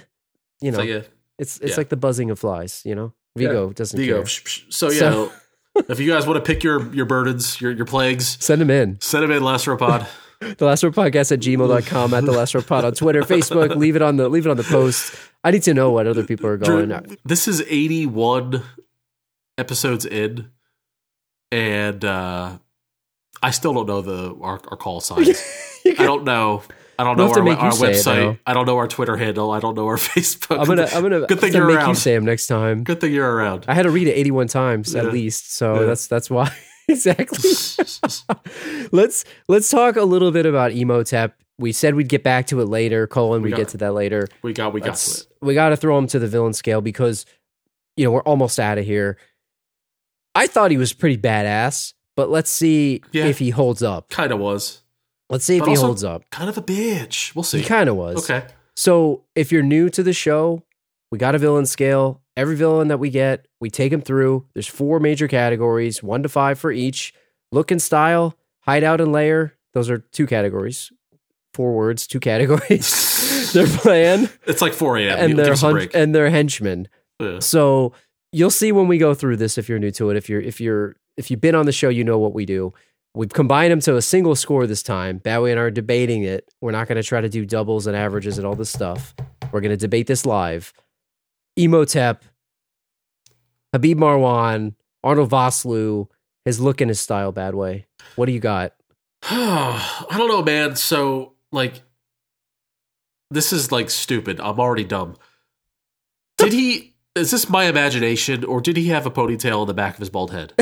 Speaker 4: you know,
Speaker 3: So yeah,
Speaker 4: it's it's
Speaker 3: yeah.
Speaker 4: like the buzzing of flies, you know? Vigo doesn't
Speaker 3: there you go.
Speaker 4: care.
Speaker 3: Psh, psh. So yeah,
Speaker 4: So-
Speaker 3: if you guys want to pick your your burdens, your your plagues,
Speaker 4: Send them in.
Speaker 3: send them in Lasteropod.
Speaker 4: The Last Word Podcast at gmail.com, at The Last Word Pod on Twitter, Facebook. Leave it on the leave it on the post. I need to know what other people are going.
Speaker 3: Drew, this is 81 episodes in, and uh, I still don't know the our, our call signs.
Speaker 4: You
Speaker 3: I
Speaker 4: can-
Speaker 3: don't know. I don't
Speaker 4: We'll
Speaker 3: know
Speaker 4: have to
Speaker 3: our,
Speaker 4: make you
Speaker 3: our
Speaker 4: say it now.
Speaker 3: website. I don't know our Twitter handle. I don't know our Facebook.
Speaker 4: I'm gonna I'm gonna
Speaker 3: Good thing
Speaker 4: I'm gonna
Speaker 3: you're
Speaker 4: make you
Speaker 3: around.
Speaker 4: say them next time.
Speaker 3: Good thing you're around.
Speaker 4: I had to read it 81 times
Speaker 3: Yeah.
Speaker 4: at least, so
Speaker 3: Yeah.
Speaker 4: that's that's why exactly. let's let's talk a little bit about Emotep. We said we'd get back to it later, Colin. We,
Speaker 3: got-
Speaker 4: get to that later.
Speaker 3: we got. We got to
Speaker 4: Let's-
Speaker 3: it.
Speaker 4: We got to throw him to the villain scale because you know we're almost out of here. I thought he was pretty badass, but let's see
Speaker 3: Yeah.
Speaker 4: if he holds up.
Speaker 3: Kind of was.
Speaker 4: Let's see if
Speaker 3: But
Speaker 4: he
Speaker 3: also-
Speaker 4: holds up.
Speaker 3: Kind of a bitch. We'll see.
Speaker 4: He kind of was.
Speaker 3: Okay.
Speaker 4: So if you're new to the show, we got a villain scale. Every villain that we get, we take them through. There's four major categories, one to five for each. Look and style, hideout and layer. Those are two categories. Four words, two categories. their plan
Speaker 3: It's like 4 a.m.
Speaker 4: and
Speaker 3: Give
Speaker 4: their
Speaker 3: us a
Speaker 4: hun-
Speaker 3: break.
Speaker 4: and their henchmen.
Speaker 3: Yeah.
Speaker 4: So you'll see when we go through this if you're new to it. If you're if you're if you've been on the show, you know what we do. We've combined them to a single score this time. Bowie and I are debating it. We're not going to try to do doubles and averages and all this stuff. We're going to debate this live. Emotep, Habib Marwan, Arnold Vosloo, his look and his style, bad way. What do you got?
Speaker 3: I don't know, man. So, like, this is like stupid. I'm already dumb. Did he? Is this my imagination, or did he have a ponytail on the back of his bald head?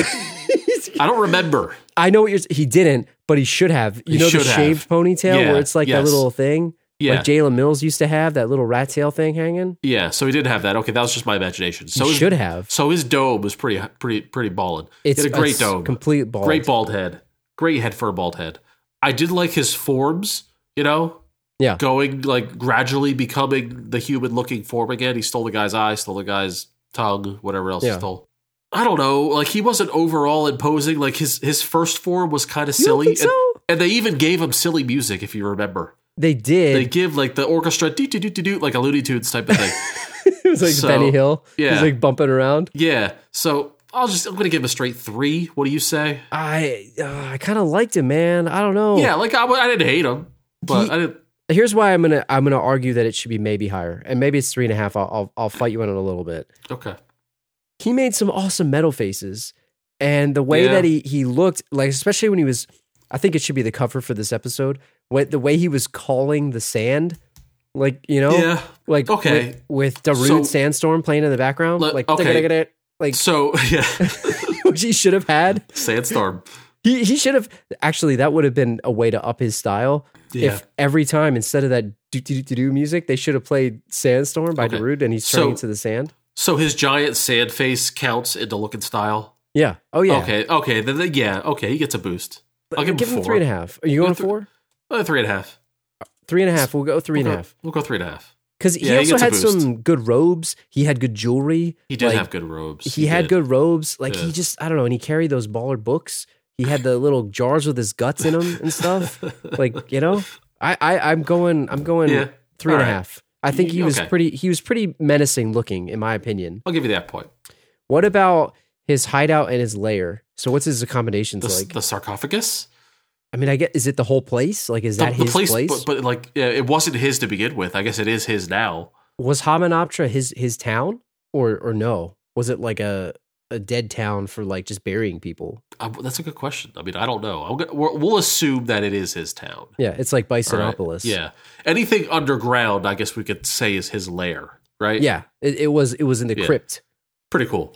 Speaker 3: I don't remember.
Speaker 4: I know what you're. He didn't, but he should have. You
Speaker 3: He
Speaker 4: know the
Speaker 3: should have.
Speaker 4: shaved ponytail
Speaker 3: Yeah,
Speaker 4: where it's like that
Speaker 3: yes.
Speaker 4: little thing,
Speaker 3: Yeah,
Speaker 4: like Jalen Mills used to have that little rat tail thing hanging.
Speaker 3: yeah. So he did have that. Okay, that was just my imagination. So
Speaker 4: he
Speaker 3: his,
Speaker 4: should have.
Speaker 3: So his dome was pretty, pretty, pretty ballin'. It's he had a great dome,
Speaker 4: complete bald.
Speaker 3: great bald head, great head for a bald head. I did like his forms. You know,
Speaker 4: Yeah.
Speaker 3: going like gradually becoming the human looking form again. He stole the guy's eye, stole the guy's tongue, whatever else
Speaker 4: Yeah.
Speaker 3: he stole. I don't know. Like he wasn't overall imposing. Like his his first form was kind of
Speaker 4: You don't
Speaker 3: silly,
Speaker 4: think
Speaker 3: and,
Speaker 4: so?
Speaker 3: and they even gave him silly music if you remember. They
Speaker 4: They did.
Speaker 3: give like the orchestra do do do do do like a Looney Tunes type of thing.
Speaker 4: it was like
Speaker 3: so-
Speaker 4: Benny Hill.
Speaker 3: yeah.
Speaker 4: he's like bumping around.
Speaker 3: yeah. So I'll just I'm gonna give him a straight three. What do you say?
Speaker 4: I uh, I kind of liked him, man. I don't know.
Speaker 3: Yeah. Like I, I didn't hate him, but
Speaker 4: Oh. He-
Speaker 3: I didn't.
Speaker 4: Here's why I'm gonna I'm gonna argue that it should be maybe higher, and maybe it's three and a half. I'll I'll, I'll fight you on it a little bit.
Speaker 3: Okay.
Speaker 4: he made some awesome metal faces and the way
Speaker 3: Yeah.
Speaker 4: that he he looked like especially when he was i think it should be the cover for this episode what the way he was calling the sand like you know
Speaker 3: Yeah.
Speaker 4: like
Speaker 3: okay.
Speaker 4: with, with Darude
Speaker 3: So-
Speaker 4: sandstorm playing in the background
Speaker 3: Le-
Speaker 4: like
Speaker 3: okay.
Speaker 4: digga-digga-digga, like
Speaker 3: So yeah,
Speaker 4: which he should have had
Speaker 3: Sandstorm.
Speaker 4: he he should have actually that would have been a way to up his style
Speaker 3: Yeah.
Speaker 4: if every time instead of that do do do do music they should have played sandstorm by
Speaker 3: Okay.
Speaker 4: Darude and he's
Speaker 3: So-
Speaker 4: turning into the sand
Speaker 3: So his giant sand face counts into look and style.
Speaker 4: yeah oh yeah
Speaker 3: Okay, okay, then, then- yeah, okay, he gets a boost. I'll give him
Speaker 4: give
Speaker 3: four.
Speaker 4: him three and a half are you going
Speaker 3: Give him thr-
Speaker 4: four
Speaker 3: Uh, three and a half.
Speaker 4: Three and a half. We'll go three and a
Speaker 3: We'll go-
Speaker 4: half.
Speaker 3: We'll go three and a half.
Speaker 4: Because
Speaker 3: Yeah, he
Speaker 4: he also
Speaker 3: gets a
Speaker 4: had
Speaker 3: boost.
Speaker 4: some good robes. He had good jewelry.
Speaker 3: He did
Speaker 4: Like,
Speaker 3: have good robes.
Speaker 4: He, had
Speaker 3: did.
Speaker 4: good robes. Like
Speaker 3: Yeah.
Speaker 4: he just, I don't know. And he carried those baller books. He had the little jars with his guts in them and stuff. like you know, I, I I'm going. I'm going
Speaker 3: Yeah.
Speaker 4: three and a half.
Speaker 3: All right.
Speaker 4: I think he was
Speaker 3: Okay.
Speaker 4: pretty. He was pretty menacing looking, in my opinion.
Speaker 3: I'll give you that point.
Speaker 4: What about his hideout and his lair? So what's his accommodations
Speaker 3: The,
Speaker 4: like?
Speaker 3: the sarcophagus,
Speaker 4: I mean, I get. Is it the whole place? Like, is that
Speaker 3: the, the
Speaker 4: his place?
Speaker 3: But, but like, yeah, it wasn't his to begin with. I guess it is his now.
Speaker 4: was Hamanoptera his his town or or no? Was it like a a dead town for like just burying people?
Speaker 3: Um, that's a good question. I mean, I don't know. I'm gonna, we're, we'll assume that it is his town.
Speaker 4: Yeah, it's like
Speaker 3: All right.
Speaker 4: Bisonopolis.
Speaker 3: Yeah. Anything underground, I guess we could say is his lair. Right.
Speaker 4: yeah. It, it was it was in the
Speaker 3: Yeah.
Speaker 4: crypt,
Speaker 3: Pretty cool.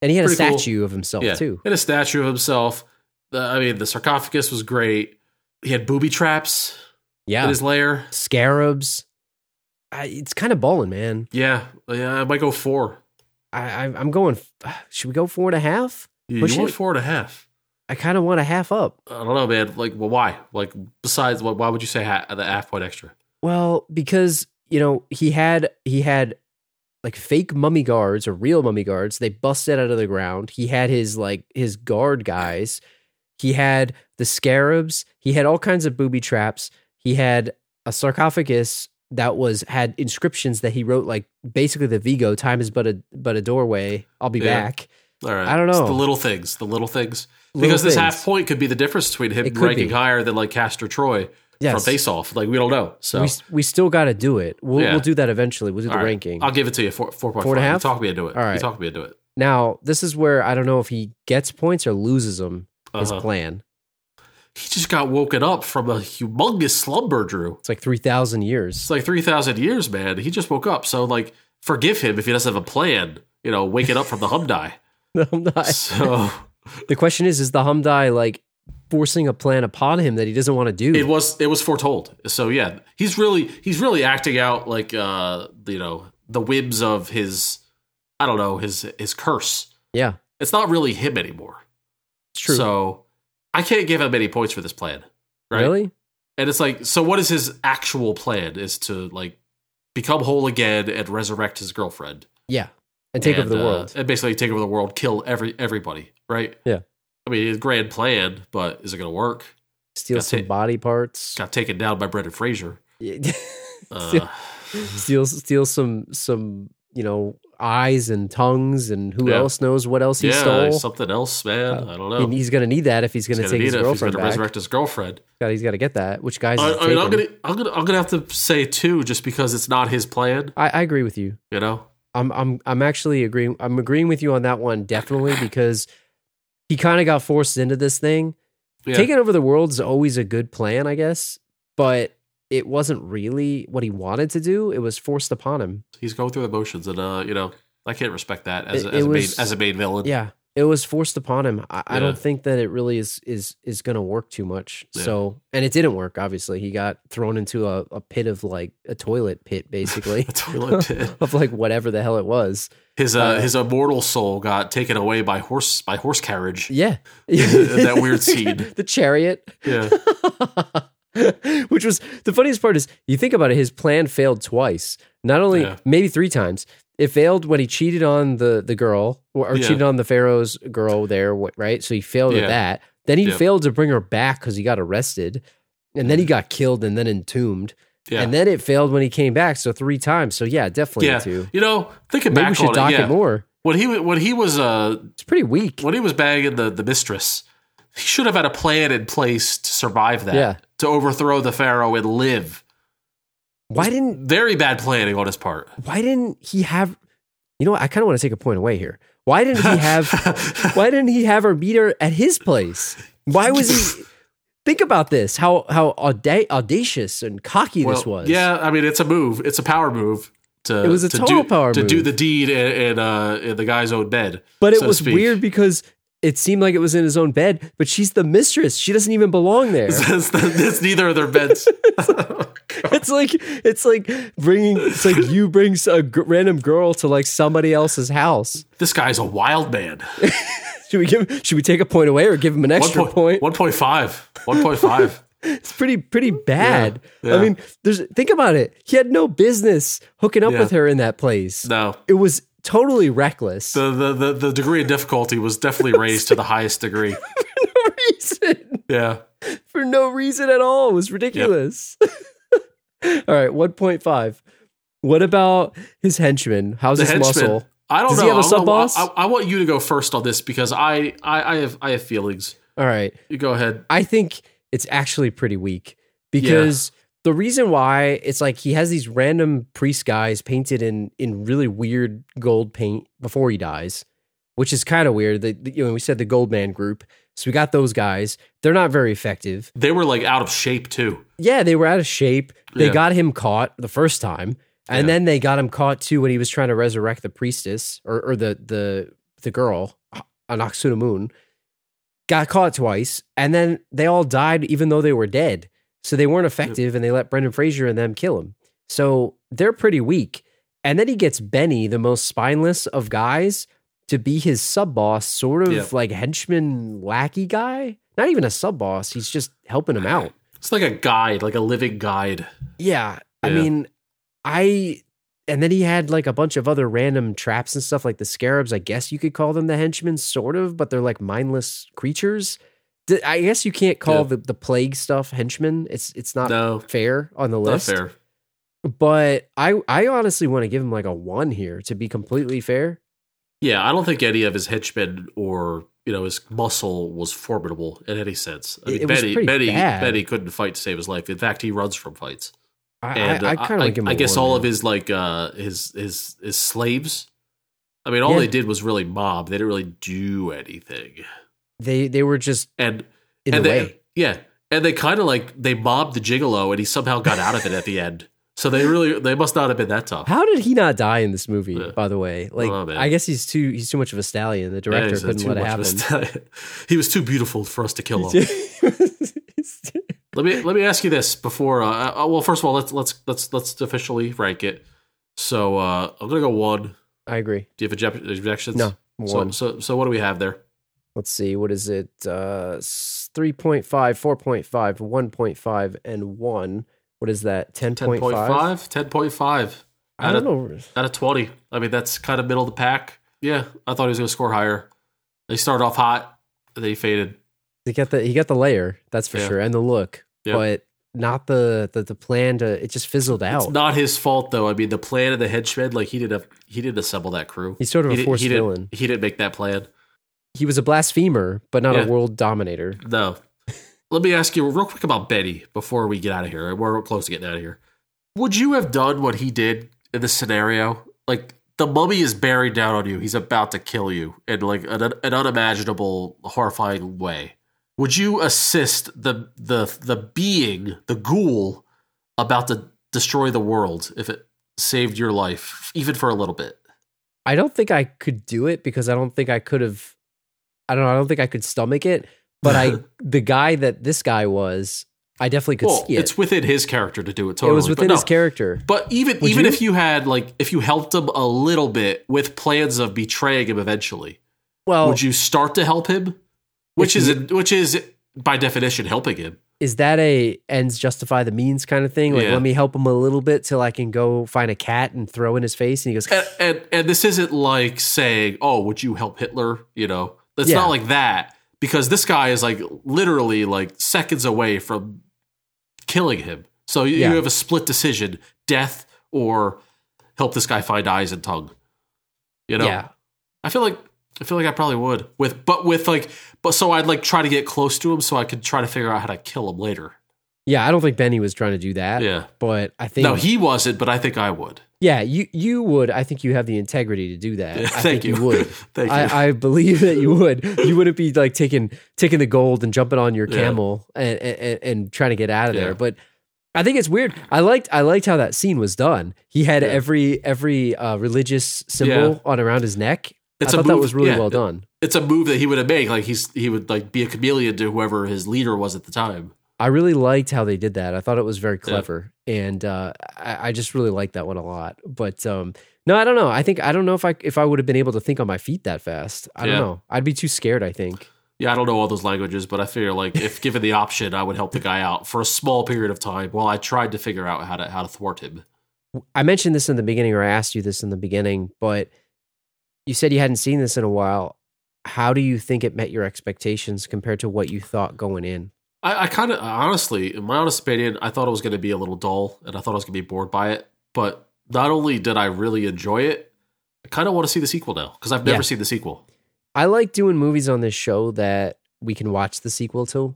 Speaker 4: and he had a
Speaker 3: Pretty cool.
Speaker 4: statue of himself too.
Speaker 3: And a statue of himself. The- I mean, the sarcophagus was great. He had booby traps
Speaker 4: Yeah,
Speaker 3: in his lair.
Speaker 4: scarabs. I, it's kind of balling, man.
Speaker 3: Yeah, yeah, I might go four.
Speaker 4: I, I I'm going. f- Should we go four and a half?
Speaker 3: You,
Speaker 4: Push
Speaker 3: you want
Speaker 4: it.
Speaker 3: four and a half.
Speaker 4: I kind of want a half up.
Speaker 3: I don't know, man. Like, well, why? Like, besides, what? Why would you say ha- the half point extra?
Speaker 4: Well, because you know he had he had like fake mummy guards or real mummy guards. They busted out of the ground. He had his like his guard guys. He had the scarabs. He had all kinds of booby traps. He had a sarcophagus that was had inscriptions that he wrote like basically the Vigo time is but a but a doorway. I'll be
Speaker 3: Yeah.
Speaker 4: back.
Speaker 3: All right,
Speaker 4: I don't
Speaker 3: It's
Speaker 4: know.
Speaker 3: the little things, the little things.
Speaker 4: Little
Speaker 3: because this
Speaker 4: things.
Speaker 3: half point could be the difference between him
Speaker 4: It could
Speaker 3: ranking
Speaker 4: be.
Speaker 3: higher than like Castor Troy
Speaker 4: Yes.
Speaker 3: from Face Off. Like, we don't know. So
Speaker 4: We we still got to do it. We'll
Speaker 3: Yeah.
Speaker 4: we'll do that eventually. We'll do
Speaker 3: All
Speaker 4: the
Speaker 3: right.
Speaker 4: ranking.
Speaker 3: I'll give it to you four four point
Speaker 4: Four and a
Speaker 3: five.
Speaker 4: half?
Speaker 3: You talk me into it.
Speaker 4: All right.
Speaker 3: You talk me into it.
Speaker 4: now this is where I don't know if he gets points or loses them. His
Speaker 3: Uh-huh.
Speaker 4: plan.
Speaker 3: He just got woken up from a humongous slumber, Drew.
Speaker 4: It's like 3,000
Speaker 3: It's
Speaker 4: years.
Speaker 3: like three thousand years, man. He just woke up. So like, forgive him if he doesn't have a plan. You know, waking up from the hum die.
Speaker 4: I'm not-
Speaker 3: So.
Speaker 4: the question is, is the Humdai like forcing a plan upon him that he doesn't want to do?
Speaker 3: It was it was foretold. So yeah, he's really he's really acting out like uh you know the whims of his I don't know his his curse.
Speaker 4: yeah,
Speaker 3: It's not really him anymore.
Speaker 4: it's true.
Speaker 3: So I can't give him any points for this plan, right?
Speaker 4: Really?
Speaker 3: And it's like so what is his actual plan is to like become whole again and resurrect his girlfriend
Speaker 4: Yeah. And take
Speaker 3: and,
Speaker 4: over the
Speaker 3: uh,
Speaker 4: world.
Speaker 3: and basically take over the world, kill every everybody, right?
Speaker 4: Yeah.
Speaker 3: I mean, his grand plan, but is it going to work?
Speaker 4: Steal
Speaker 3: that's
Speaker 4: some
Speaker 3: it.
Speaker 4: body parts.
Speaker 3: Got taken down by Brendan Fraser.
Speaker 4: Steal-
Speaker 3: Uh,
Speaker 4: steal steal some some, you know, eyes and tongues and who
Speaker 3: Yeah.
Speaker 4: else knows what else he
Speaker 3: yeah,
Speaker 4: stole.
Speaker 3: something else, man. I don't know.
Speaker 4: And he's going to need that if he's going
Speaker 3: He's
Speaker 4: to
Speaker 3: gonna
Speaker 4: take
Speaker 3: need
Speaker 4: his
Speaker 3: it if he's
Speaker 4: girlfriend
Speaker 3: gonna
Speaker 4: back.
Speaker 3: resurrect his girlfriend.
Speaker 4: God, he's got to get that, which guys
Speaker 3: I,
Speaker 4: is
Speaker 3: I mean, I'm
Speaker 4: taken.
Speaker 3: gonna, I'm gonna, I'm gonna have to say too, just because it's not his plan.
Speaker 4: I, I agree with you.
Speaker 3: You know,
Speaker 4: I'm I'm I'm actually agreeing. I'm agreeing with you on that one definitely because he kind of got forced into this thing.
Speaker 3: yeah.
Speaker 4: Taking over the world's always a good plan, I guess, but it wasn't really what he wanted to do. It was forced upon him.
Speaker 3: he's going through the motions, and uh, you know, I can't respect that as,
Speaker 4: It-
Speaker 3: as,
Speaker 4: it
Speaker 3: a,
Speaker 4: was-
Speaker 3: main, as a main villain.
Speaker 4: Yeah, it was forced upon him. I, I don't
Speaker 3: Yeah.
Speaker 4: think that it really is is is going to work too much.
Speaker 3: Yeah.
Speaker 4: So, and it didn't work. Obviously, he got thrown into a, a pit of like a toilet pit, basically.
Speaker 3: A toilet pit.
Speaker 4: of like whatever the hell it was.
Speaker 3: His uh,
Speaker 4: Uh,
Speaker 3: his immortal soul got taken away by horse by horse carriage.
Speaker 4: Yeah.
Speaker 3: That weird scene.
Speaker 4: the chariot.
Speaker 3: Yeah,
Speaker 4: Which was the funniest part is you think about it, his plan failed twice. Not only
Speaker 3: Yeah.
Speaker 4: maybe three times. It failed when he cheated on the the girl or, or
Speaker 3: Yeah.
Speaker 4: cheated on the Pharaoh's girl there, wh- right? So he failed
Speaker 3: Yeah.
Speaker 4: at that. Then he
Speaker 3: Yep. Mm-hmm.
Speaker 4: failed to bring her back because he got arrested. And then he got killed and then entombed.
Speaker 3: yeah,
Speaker 4: And then it failed when he came back. So three times. So yeah, definitely
Speaker 3: yeah.
Speaker 4: two.
Speaker 3: You know, thinking
Speaker 4: Maybe
Speaker 3: back
Speaker 4: we should
Speaker 3: on
Speaker 4: dock
Speaker 3: it, yeah.
Speaker 4: it more.
Speaker 3: When he wa- when he was uh
Speaker 4: It's pretty weak.
Speaker 3: when he was bagging the, the mistress, he should have had a plan in place to survive that.
Speaker 4: Yeah.
Speaker 3: To overthrow the pharaoh and live.
Speaker 4: Why didn't
Speaker 3: Very bad planning on his part.
Speaker 4: why didn't he have you know what i kind of want to take a point away here why didn't he have why didn't he have her meet her at his place why was he think about this how how auda- audacious and cocky this
Speaker 3: Well,
Speaker 4: was
Speaker 3: Yeah, I mean it's a move. It's a power move. To,
Speaker 4: It was a
Speaker 3: to
Speaker 4: total
Speaker 3: do,
Speaker 4: power
Speaker 3: to do
Speaker 4: move.
Speaker 3: the deed in, in, uh, in the guy's own bed.
Speaker 4: but it
Speaker 3: so to
Speaker 4: was
Speaker 3: speak.
Speaker 4: weird because it seemed like it was in his own bed but she's the mistress she doesn't even belong there
Speaker 3: That's that's neither of their beds.
Speaker 4: it's like it's like bringing it's like you bring s- a g- random girl to like somebody else's house
Speaker 3: this guy's a wild man.
Speaker 4: should we give should we take a point away or give him an
Speaker 3: One
Speaker 4: extra
Speaker 3: point,
Speaker 4: point
Speaker 3: one point five. One point five.
Speaker 4: It's pretty pretty bad.
Speaker 3: yeah.
Speaker 4: I mean, there's think about it. He had no business hooking up
Speaker 3: Yeah.
Speaker 4: with her in that place.
Speaker 3: No.
Speaker 4: It was totally reckless.
Speaker 3: The, the the the degree of difficulty was definitely raised to the highest degree.
Speaker 4: for no reason.
Speaker 3: Yeah.
Speaker 4: For no reason at all. It was ridiculous. all right, 1.5. What about his henchman? How's
Speaker 3: the
Speaker 4: his
Speaker 3: henchman.
Speaker 4: muscle?
Speaker 3: I don't
Speaker 4: Does
Speaker 3: know.
Speaker 4: he have a
Speaker 3: I don't know
Speaker 4: sub-boss?
Speaker 3: why- I, I want you to go first on this because I, I, I have I have feelings.
Speaker 4: All right.
Speaker 3: You go ahead.
Speaker 4: I think it's actually pretty weak because the reason why it's like he has these random priest guys painted in in really weird gold paint before he dies, which is kind of weird. The, the- you know we said the Gold Man group, so we got those guys. They're not very effective.
Speaker 3: They were like out of shape too.
Speaker 4: Yeah, they were out of shape. They
Speaker 3: Yeah.
Speaker 4: got him caught the first time, and
Speaker 3: Yeah.
Speaker 4: then they got him caught too when he was trying to resurrect the priestess or, or the the the girl, Anaxuna Moon. got caught twice, and then they all died even though they were dead. So they weren't effective, and they let Brendan Fraser and them kill him. So they're pretty weak. And then he gets Benny, the most spineless of guys, to be his sub boss, sort of
Speaker 3: Yeah.
Speaker 4: like henchman lackey guy. Not even a sub boss. He's just helping him out.
Speaker 3: It's like a guide, like a living guide.
Speaker 4: Yeah. I
Speaker 3: Yeah.
Speaker 4: mean, I and then he had like a bunch of other random traps and stuff like the scarabs. I guess you could call them the henchmen, sort of, but they're like mindless creatures. D- I guess you can't call
Speaker 3: Yeah.
Speaker 4: the, the plague stuff henchmen. It's it's not
Speaker 3: No,
Speaker 4: fair on the
Speaker 3: not
Speaker 4: list.
Speaker 3: fair.
Speaker 4: But I I honestly want to give him like a one here to be completely fair.
Speaker 3: Yeah, I don't think any of his henchmen or you know his muscle was formidable in any sense. I
Speaker 4: It-
Speaker 3: mean,
Speaker 4: it was
Speaker 3: Betty,
Speaker 4: pretty
Speaker 3: Betty,
Speaker 4: bad.
Speaker 3: Betty couldn't fight to save his life. In fact, he runs from fights.
Speaker 4: I,
Speaker 3: And
Speaker 4: I,
Speaker 3: uh,
Speaker 4: I kind of give him.
Speaker 3: I
Speaker 4: a
Speaker 3: guess
Speaker 4: one,
Speaker 3: all of
Speaker 4: man.
Speaker 3: his like uh, his his his slaves. I mean, all
Speaker 4: Yeah.
Speaker 3: they did was really mob. They didn't really do anything.
Speaker 4: they they were just
Speaker 3: And
Speaker 4: in
Speaker 3: and
Speaker 4: the
Speaker 3: they,
Speaker 4: way.
Speaker 3: Yeah, and they kind of like they mobbed the gigolo, and he somehow got out of it at the end. So they really they must not have been that tough.
Speaker 4: How did he not die in this movie?
Speaker 3: Yeah.
Speaker 4: By the way, like
Speaker 3: know, man.
Speaker 4: I guess he's too he's too much of a stallion. The
Speaker 3: Yeah,
Speaker 4: director
Speaker 3: he's, uh,
Speaker 4: couldn't
Speaker 3: too
Speaker 4: let it
Speaker 3: much of a
Speaker 4: happen.
Speaker 3: stallion. he was too beautiful for us to kill him. let me let me ask you this before. Uh, uh, well, first of all, let's let's let's let's officially rank it. So uh, I'm gonna go one.
Speaker 4: I agree.
Speaker 3: Do you have object- objections?
Speaker 4: No,
Speaker 3: So-
Speaker 4: one.
Speaker 3: So, so what do we have there?
Speaker 4: Let's see. What is it? Uh, s- 3.5, 4.5, 1.5, and 1. What is that? 10.5?
Speaker 3: 10.5
Speaker 4: I don't know.
Speaker 3: out of 20. I mean, that's kind of middle of the pack. Yeah, I thought he was going to score higher. They started off hot, and then he faded.
Speaker 4: He got the he got the layer, that's for
Speaker 3: Yeah.
Speaker 4: sure, and the look,
Speaker 3: Yeah.
Speaker 4: but not the, the the plan to. It just fizzled
Speaker 3: It's
Speaker 4: out.
Speaker 3: not his fault though. I mean, the plan of the henchmen, like he didn't, he didn't assemble that crew.
Speaker 4: He's sort of
Speaker 3: he
Speaker 4: a
Speaker 3: didn't-
Speaker 4: forced
Speaker 3: he didn't-
Speaker 4: villain.
Speaker 3: he didn't make that plan.
Speaker 4: He was a blasphemer, but not
Speaker 3: Yeah.
Speaker 4: a world dominator.
Speaker 3: No. Let me ask you real quick about Betty before we get out of here. We're close to getting out of here. Would you have done what he did in this scenario? Like the mummy is bearing down on you. He's about to kill you in like an, an unimaginable, horrifying way. Would you assist the the the being, the ghoul, about to destroy the world if it saved your life, even for a little bit?
Speaker 4: I don't think I could do it because I don't think I could have. I don't. know, I don't think I could stomach it. But I, the guy that this guy was, I definitely could
Speaker 3: Well,
Speaker 4: see it.
Speaker 3: it's within his character to do it. Totally,
Speaker 4: it was within
Speaker 3: but
Speaker 4: his
Speaker 3: no.
Speaker 4: character.
Speaker 3: But even
Speaker 4: Would
Speaker 3: even
Speaker 4: you?
Speaker 3: if you had like if you helped him a little bit with plans of betraying him eventually,
Speaker 4: Well,
Speaker 3: would you start to help him? Which
Speaker 4: Oh. If
Speaker 3: is
Speaker 4: you-
Speaker 3: which is by definition helping him.
Speaker 4: is that a ends justify the means kind of thing? Like,
Speaker 3: Yeah.
Speaker 4: let me help him a little bit till I can go find a cat and throw in his face, and he goes,
Speaker 3: And and, and this isn't like saying, "Oh, would you help Hitler?" You know, it's
Speaker 4: Yeah.
Speaker 3: not like that because this guy is like literally like seconds away from killing him. So you,
Speaker 4: Yeah.
Speaker 3: you have a split decision: death or help this guy find eyes and tongue. You know,
Speaker 4: "Yeah,
Speaker 3: I feel like I feel like I probably would with, but with like, but so I'd like try to get close to him so I could try to figure out how to kill him later.
Speaker 4: yeah." I don't think Benny was trying to do that.
Speaker 3: Yeah.
Speaker 4: But I think,
Speaker 3: No, he wasn't, but I think I would.
Speaker 4: yeah, you you would. I think you have the integrity to do that.
Speaker 3: Yeah,
Speaker 4: I
Speaker 3: thank
Speaker 4: think
Speaker 3: you.
Speaker 4: you would.
Speaker 3: Thank you.
Speaker 4: I, I believe that you would. You wouldn't be like taking taking the gold and jumping on your
Speaker 3: Yeah.
Speaker 4: camel and, and and trying to get out of
Speaker 3: Yeah.
Speaker 4: there. But I think it's weird. I liked I liked how that scene was done. He had
Speaker 3: Yeah.
Speaker 4: every every uh, religious symbol
Speaker 3: Yeah.
Speaker 4: on around his neck.
Speaker 3: It's a
Speaker 4: I thought that
Speaker 3: move-
Speaker 4: was really
Speaker 3: yeah.
Speaker 4: well done.
Speaker 3: it's a move that he would have made. Like he's he would like be a chameleon to whoever his leader was at the time.
Speaker 4: I really liked how they did that. I thought it was very clever, and uh, I, I just really liked that one a lot. But um, no, I don't know. I think I don't know if I if I would have been able to think on my feet that fast. I
Speaker 3: Yeah.
Speaker 4: don't know. I'd be too scared. I think.
Speaker 3: Yeah, I don't know all those languages, but I figure like if given the option, I would help the guy out for a small period of time while I tried to figure out how to how to thwart him.
Speaker 4: I mentioned this in the beginning, or I asked you this in the beginning, but you said you hadn't seen this in a while. How do you think it met your expectations compared to what you thought going in?
Speaker 3: I, I kind of honestly, in my honest opinion, I thought it was going to be a little dull, and I thought I was going to be bored by it. But not only did I really enjoy it, I kind of want to see the sequel now because I've never
Speaker 4: Yeah.
Speaker 3: seen the sequel.
Speaker 4: I like doing movies on this show that we can watch the sequel to.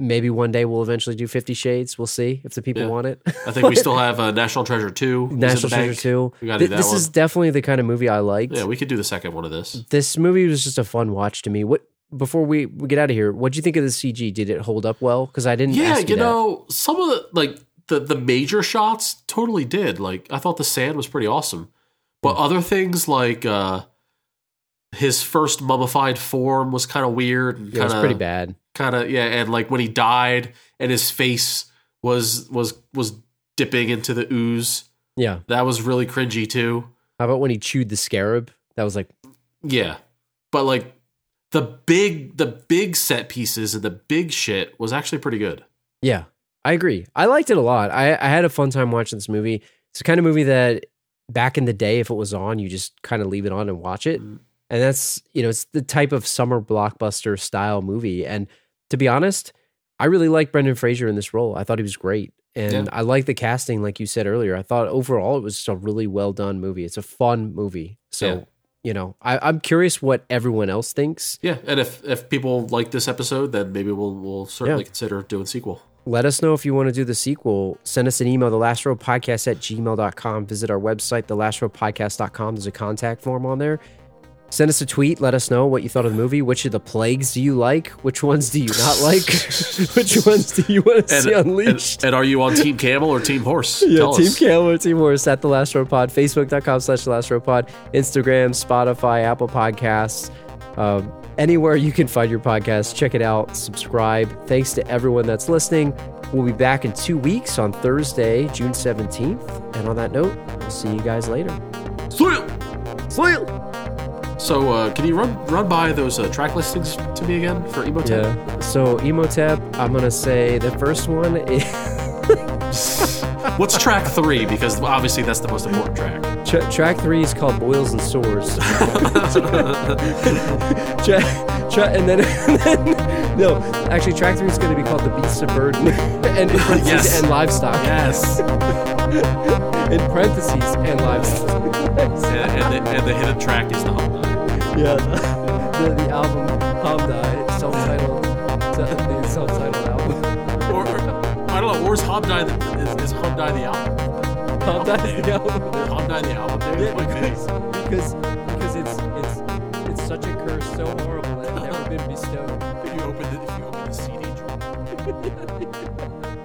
Speaker 4: Maybe one day we'll eventually do Fifty Shades. We'll see if the people
Speaker 3: Yeah.
Speaker 4: want it.
Speaker 3: I think we still have uh, National Treasure Two. is in the
Speaker 4: National Treasure
Speaker 3: bank.
Speaker 4: Two.
Speaker 3: We gotta
Speaker 4: Th-
Speaker 3: do that
Speaker 4: this
Speaker 3: one.
Speaker 4: is definitely the kind of movie I liked.
Speaker 3: Yeah, we could do the second one of this.
Speaker 4: this movie was just a fun watch to me. What before we, we get out of here? What do you think of the CG? Did it hold up well? Because I didn't.
Speaker 3: Yeah,
Speaker 4: ask
Speaker 3: you,
Speaker 4: you that.
Speaker 3: know, some of the like the the major shots totally
Speaker 4: Mm.
Speaker 3: did. Like I thought the sand was pretty awesome, but other things like uh his first mummified form was kind of weird and
Speaker 4: Yeah,
Speaker 3: kind
Speaker 4: it's
Speaker 3: of
Speaker 4: pretty bad.
Speaker 3: kind of yeah and like when he died and his face was was was dipping into the ooze
Speaker 4: Yeah.
Speaker 3: that was really cringy too
Speaker 4: How about when he chewed the scarab? That was like,
Speaker 3: yeah but like the big the big set pieces and the big shit was actually pretty good
Speaker 4: yeah, I agree. I liked it a lot. I, I had a fun time watching this movie. It's the kind of movie that back in the day, if it was on, you just kind of leave it on and watch it.
Speaker 3: Mhm.
Speaker 4: And that's, you know, it's the type of summer blockbuster style movie. And to be honest, I really liked Brendan Fraser in this role. I thought he was great. And
Speaker 3: Yeah.
Speaker 4: I like the casting, like you said earlier. I thought overall it was just a really well done movie. It's a fun movie. So,
Speaker 3: Yeah.
Speaker 4: you know, I, I'm curious what everyone else thinks.
Speaker 3: yeah and if if people like this episode then maybe we'll we'll certainly
Speaker 4: Yeah.
Speaker 3: consider doing sequel
Speaker 4: let us know if you want to do the sequel. Send us an email, the last row podcast at gmail.com. Visit our website, thelastrowpodcast.com. There's a contact form on there. Send us a tweet. Let us know what you thought of the movie. Which of the plagues do you like? Which ones do you not like? Which ones do you want to
Speaker 3: and,
Speaker 4: see unleashed?
Speaker 3: and, and are you on team camel or team horse
Speaker 4: yeah,
Speaker 3: Tell
Speaker 4: Team
Speaker 3: us.
Speaker 4: Cam or Team Horse at the Last Row Pod, Facebook.com slash The Last Row Pod, Instagram, Spotify, Apple Podcasts, um, anywhere you can find your podcast. Check it out, subscribe. Thanks to everyone that's listening. We'll be back in two weeks on Thursday, June 17th. And on that note, we'll see you guys later.
Speaker 3: so uh, can you run run by those uh, track listings to me again for emotep
Speaker 4: Yeah. So, Emotep, I'm going to say the first one is
Speaker 3: What's track three? Because obviously that's the most important track.
Speaker 4: tra- track three is called Boils and Sores. Tra- tra- and then, no, actually, track three is going to be called the Beasts of Burden, and in parentheses
Speaker 3: Yes.
Speaker 4: and livestock.
Speaker 3: Yes. and,
Speaker 4: In parentheses and livestock.
Speaker 3: and, the, and the hidden track is the humble.
Speaker 4: yeah. The, the album Palm Die, self-titled, the self-titled album.
Speaker 3: Or, or I don't know. Where's Hobdye? The, is, is Hobdye the album?
Speaker 4: Palm Die is the album
Speaker 3: Is Hobdye the album? Dude?
Speaker 4: Yeah,
Speaker 3: Like,
Speaker 4: because, because because it's it's it's such a curse, so horrible that it's never been bestowed.
Speaker 3: if you open the, if you open the CD. drawer.